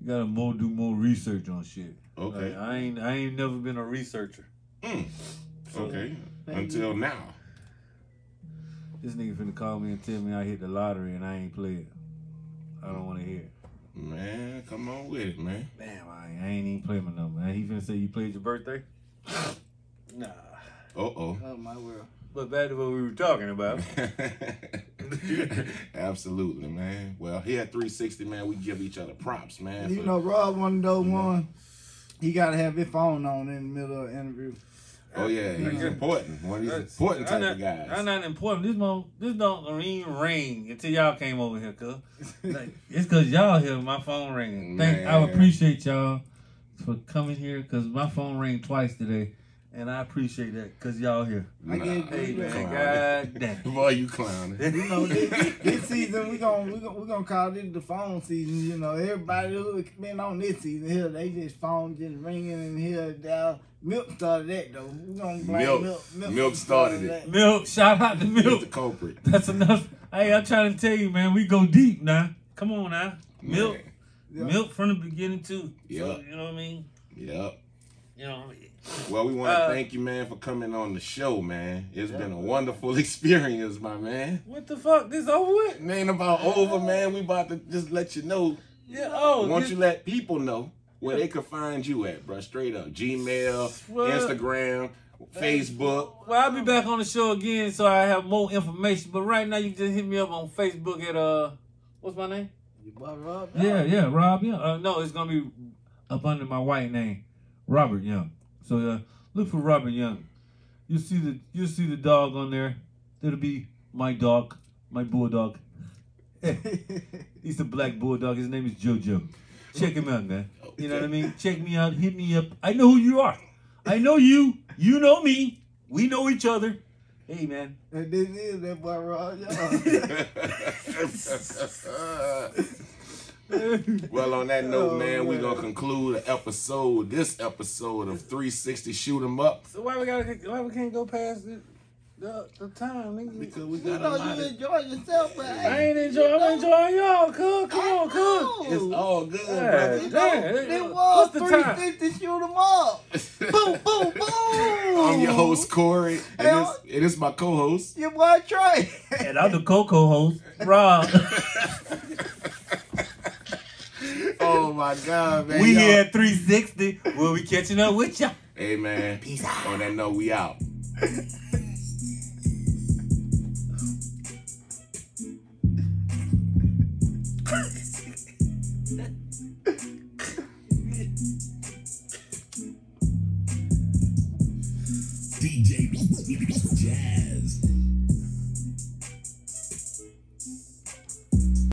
[SPEAKER 3] You gotta more do more research on shit.
[SPEAKER 2] Okay. Mm.
[SPEAKER 3] Like, I ain't I ain't never been a researcher.
[SPEAKER 2] Okay. Until now.
[SPEAKER 3] This nigga finna call me and tell me I hit the lottery and I ain't play it. I don't wanna hear it.
[SPEAKER 2] Man, come on with it, man.
[SPEAKER 3] Damn, I ain't, I ain't even play my number. Now he finna say you played
[SPEAKER 2] <sighs>
[SPEAKER 3] your birthday? nah.
[SPEAKER 2] Uh oh.
[SPEAKER 1] Oh, my world.
[SPEAKER 3] But back to what we were talking about.
[SPEAKER 2] <laughs> Absolutely, man. Well, here at 360, man, we give each other props, man.
[SPEAKER 1] You
[SPEAKER 2] for-
[SPEAKER 1] know, Rob, one of those ones, he got to have his phone on in the middle of the interview.
[SPEAKER 2] oh yeah, he's important. One of these
[SPEAKER 3] That's-
[SPEAKER 2] important type
[SPEAKER 3] I'm not,
[SPEAKER 2] of guys.
[SPEAKER 3] I'm not important. This mo this don't even ring until y'all came over
[SPEAKER 2] <laughs>
[SPEAKER 3] here, cuz.
[SPEAKER 1] <laughs>
[SPEAKER 3] Like, it's cause y'all here, my phone ringing. Thank, I
[SPEAKER 2] Man.
[SPEAKER 3] appreciate y'all for coming here, cause my phone rang twice today, and I appreciate that, cause y'all here.
[SPEAKER 1] I get-
[SPEAKER 3] Hey
[SPEAKER 1] You
[SPEAKER 3] man,
[SPEAKER 2] clowning.
[SPEAKER 3] god damn.
[SPEAKER 2] <laughs> Boy, you clowning.
[SPEAKER 1] You know, this, this season we gonna we gonna, we gonna call this the phone season. You know, everybody who been on this season here, they just phone just ringing and here down. Milk started that though. We gonna blame
[SPEAKER 2] Milk.
[SPEAKER 1] milk. Milk,
[SPEAKER 2] Milk started it.
[SPEAKER 1] that.
[SPEAKER 3] Milk, shout out
[SPEAKER 2] <laughs>
[SPEAKER 3] to
[SPEAKER 2] He's
[SPEAKER 3] Milk.
[SPEAKER 2] the culprit.
[SPEAKER 3] That's enough. Hey, I'm trying to tell you, man, we go deep now. Come on now. Milk.
[SPEAKER 2] Man.
[SPEAKER 1] Yeah.
[SPEAKER 3] Milk from the beginning too.
[SPEAKER 2] Yeah.
[SPEAKER 3] So, you know what I mean?
[SPEAKER 2] Yep.
[SPEAKER 3] You know what I mean?
[SPEAKER 2] Well, we want to
[SPEAKER 3] Uh,
[SPEAKER 2] thank you, man, for coming on the show, man. It's been a wonderful <laughs> experience, my man.
[SPEAKER 3] What the fuck? This over with?
[SPEAKER 2] It ain't about over, man. We about to just let you know.
[SPEAKER 3] Yeah, oh
[SPEAKER 2] Once
[SPEAKER 3] this-
[SPEAKER 2] you let people know where they can find you at, bro. Straight up. Gmail,
[SPEAKER 3] What?
[SPEAKER 2] Instagram,
[SPEAKER 3] <laughs>
[SPEAKER 2] Facebook.
[SPEAKER 3] Well, I'll be back on the show again, so I have more information. But right now, you can just hit me up on Facebook at uh, what's my name?
[SPEAKER 1] You boy Rob.
[SPEAKER 3] Yeah, yeah, Rob Young. Uh, no, it's gonna be up under my white name, Robert Young. So uh, look for Robert Young. You'll see the you'll see the dog on there. That'll be my dog, my bulldog. He's a black bulldog. His name is JoJo. Check him out, man. You know what I mean? Check me out. Hit me up. I know who you are. I know you. You know me. We know each other. Hey, man.
[SPEAKER 1] <laughs> and this <laughs> is that boy Rob. Yeah.
[SPEAKER 2] All Well, on that note,
[SPEAKER 5] Oh,
[SPEAKER 2] man, we're
[SPEAKER 5] man.
[SPEAKER 2] gonna conclude the episode, this episode of 360 Shoot 'em
[SPEAKER 5] <laughs>
[SPEAKER 2] Up.
[SPEAKER 5] So why we gotta? Why we can't go past the the, the time, nigga?
[SPEAKER 2] Because we
[SPEAKER 1] You
[SPEAKER 2] got a
[SPEAKER 1] know
[SPEAKER 2] lot
[SPEAKER 1] you
[SPEAKER 2] of,
[SPEAKER 1] enjoy yourself, but
[SPEAKER 5] I
[SPEAKER 1] hey,
[SPEAKER 5] ain't enjoying. I'm enjoying y'all. Cook, come on, cook.
[SPEAKER 1] I know.
[SPEAKER 2] it's all good,
[SPEAKER 5] Yeah.
[SPEAKER 1] You
[SPEAKER 2] brother.
[SPEAKER 1] know,
[SPEAKER 5] Yeah, yeah.
[SPEAKER 1] it was
[SPEAKER 5] What's the time?
[SPEAKER 1] 350 shoot 'em
[SPEAKER 5] <laughs>
[SPEAKER 1] up. boom, boom, boom.
[SPEAKER 2] I'm your host, Corey, and
[SPEAKER 1] Hell.
[SPEAKER 2] it's, and it's my co-host.
[SPEAKER 1] Your boy Trey. <laughs>
[SPEAKER 3] And I'm the Coco host, Rob.
[SPEAKER 2] Oh my God, man.
[SPEAKER 3] we
[SPEAKER 2] y'all-
[SPEAKER 3] here at 360. We'll be catching up with y'all.
[SPEAKER 2] Hey man. Peace out. On that note, we out.
[SPEAKER 6] DJ Jazz.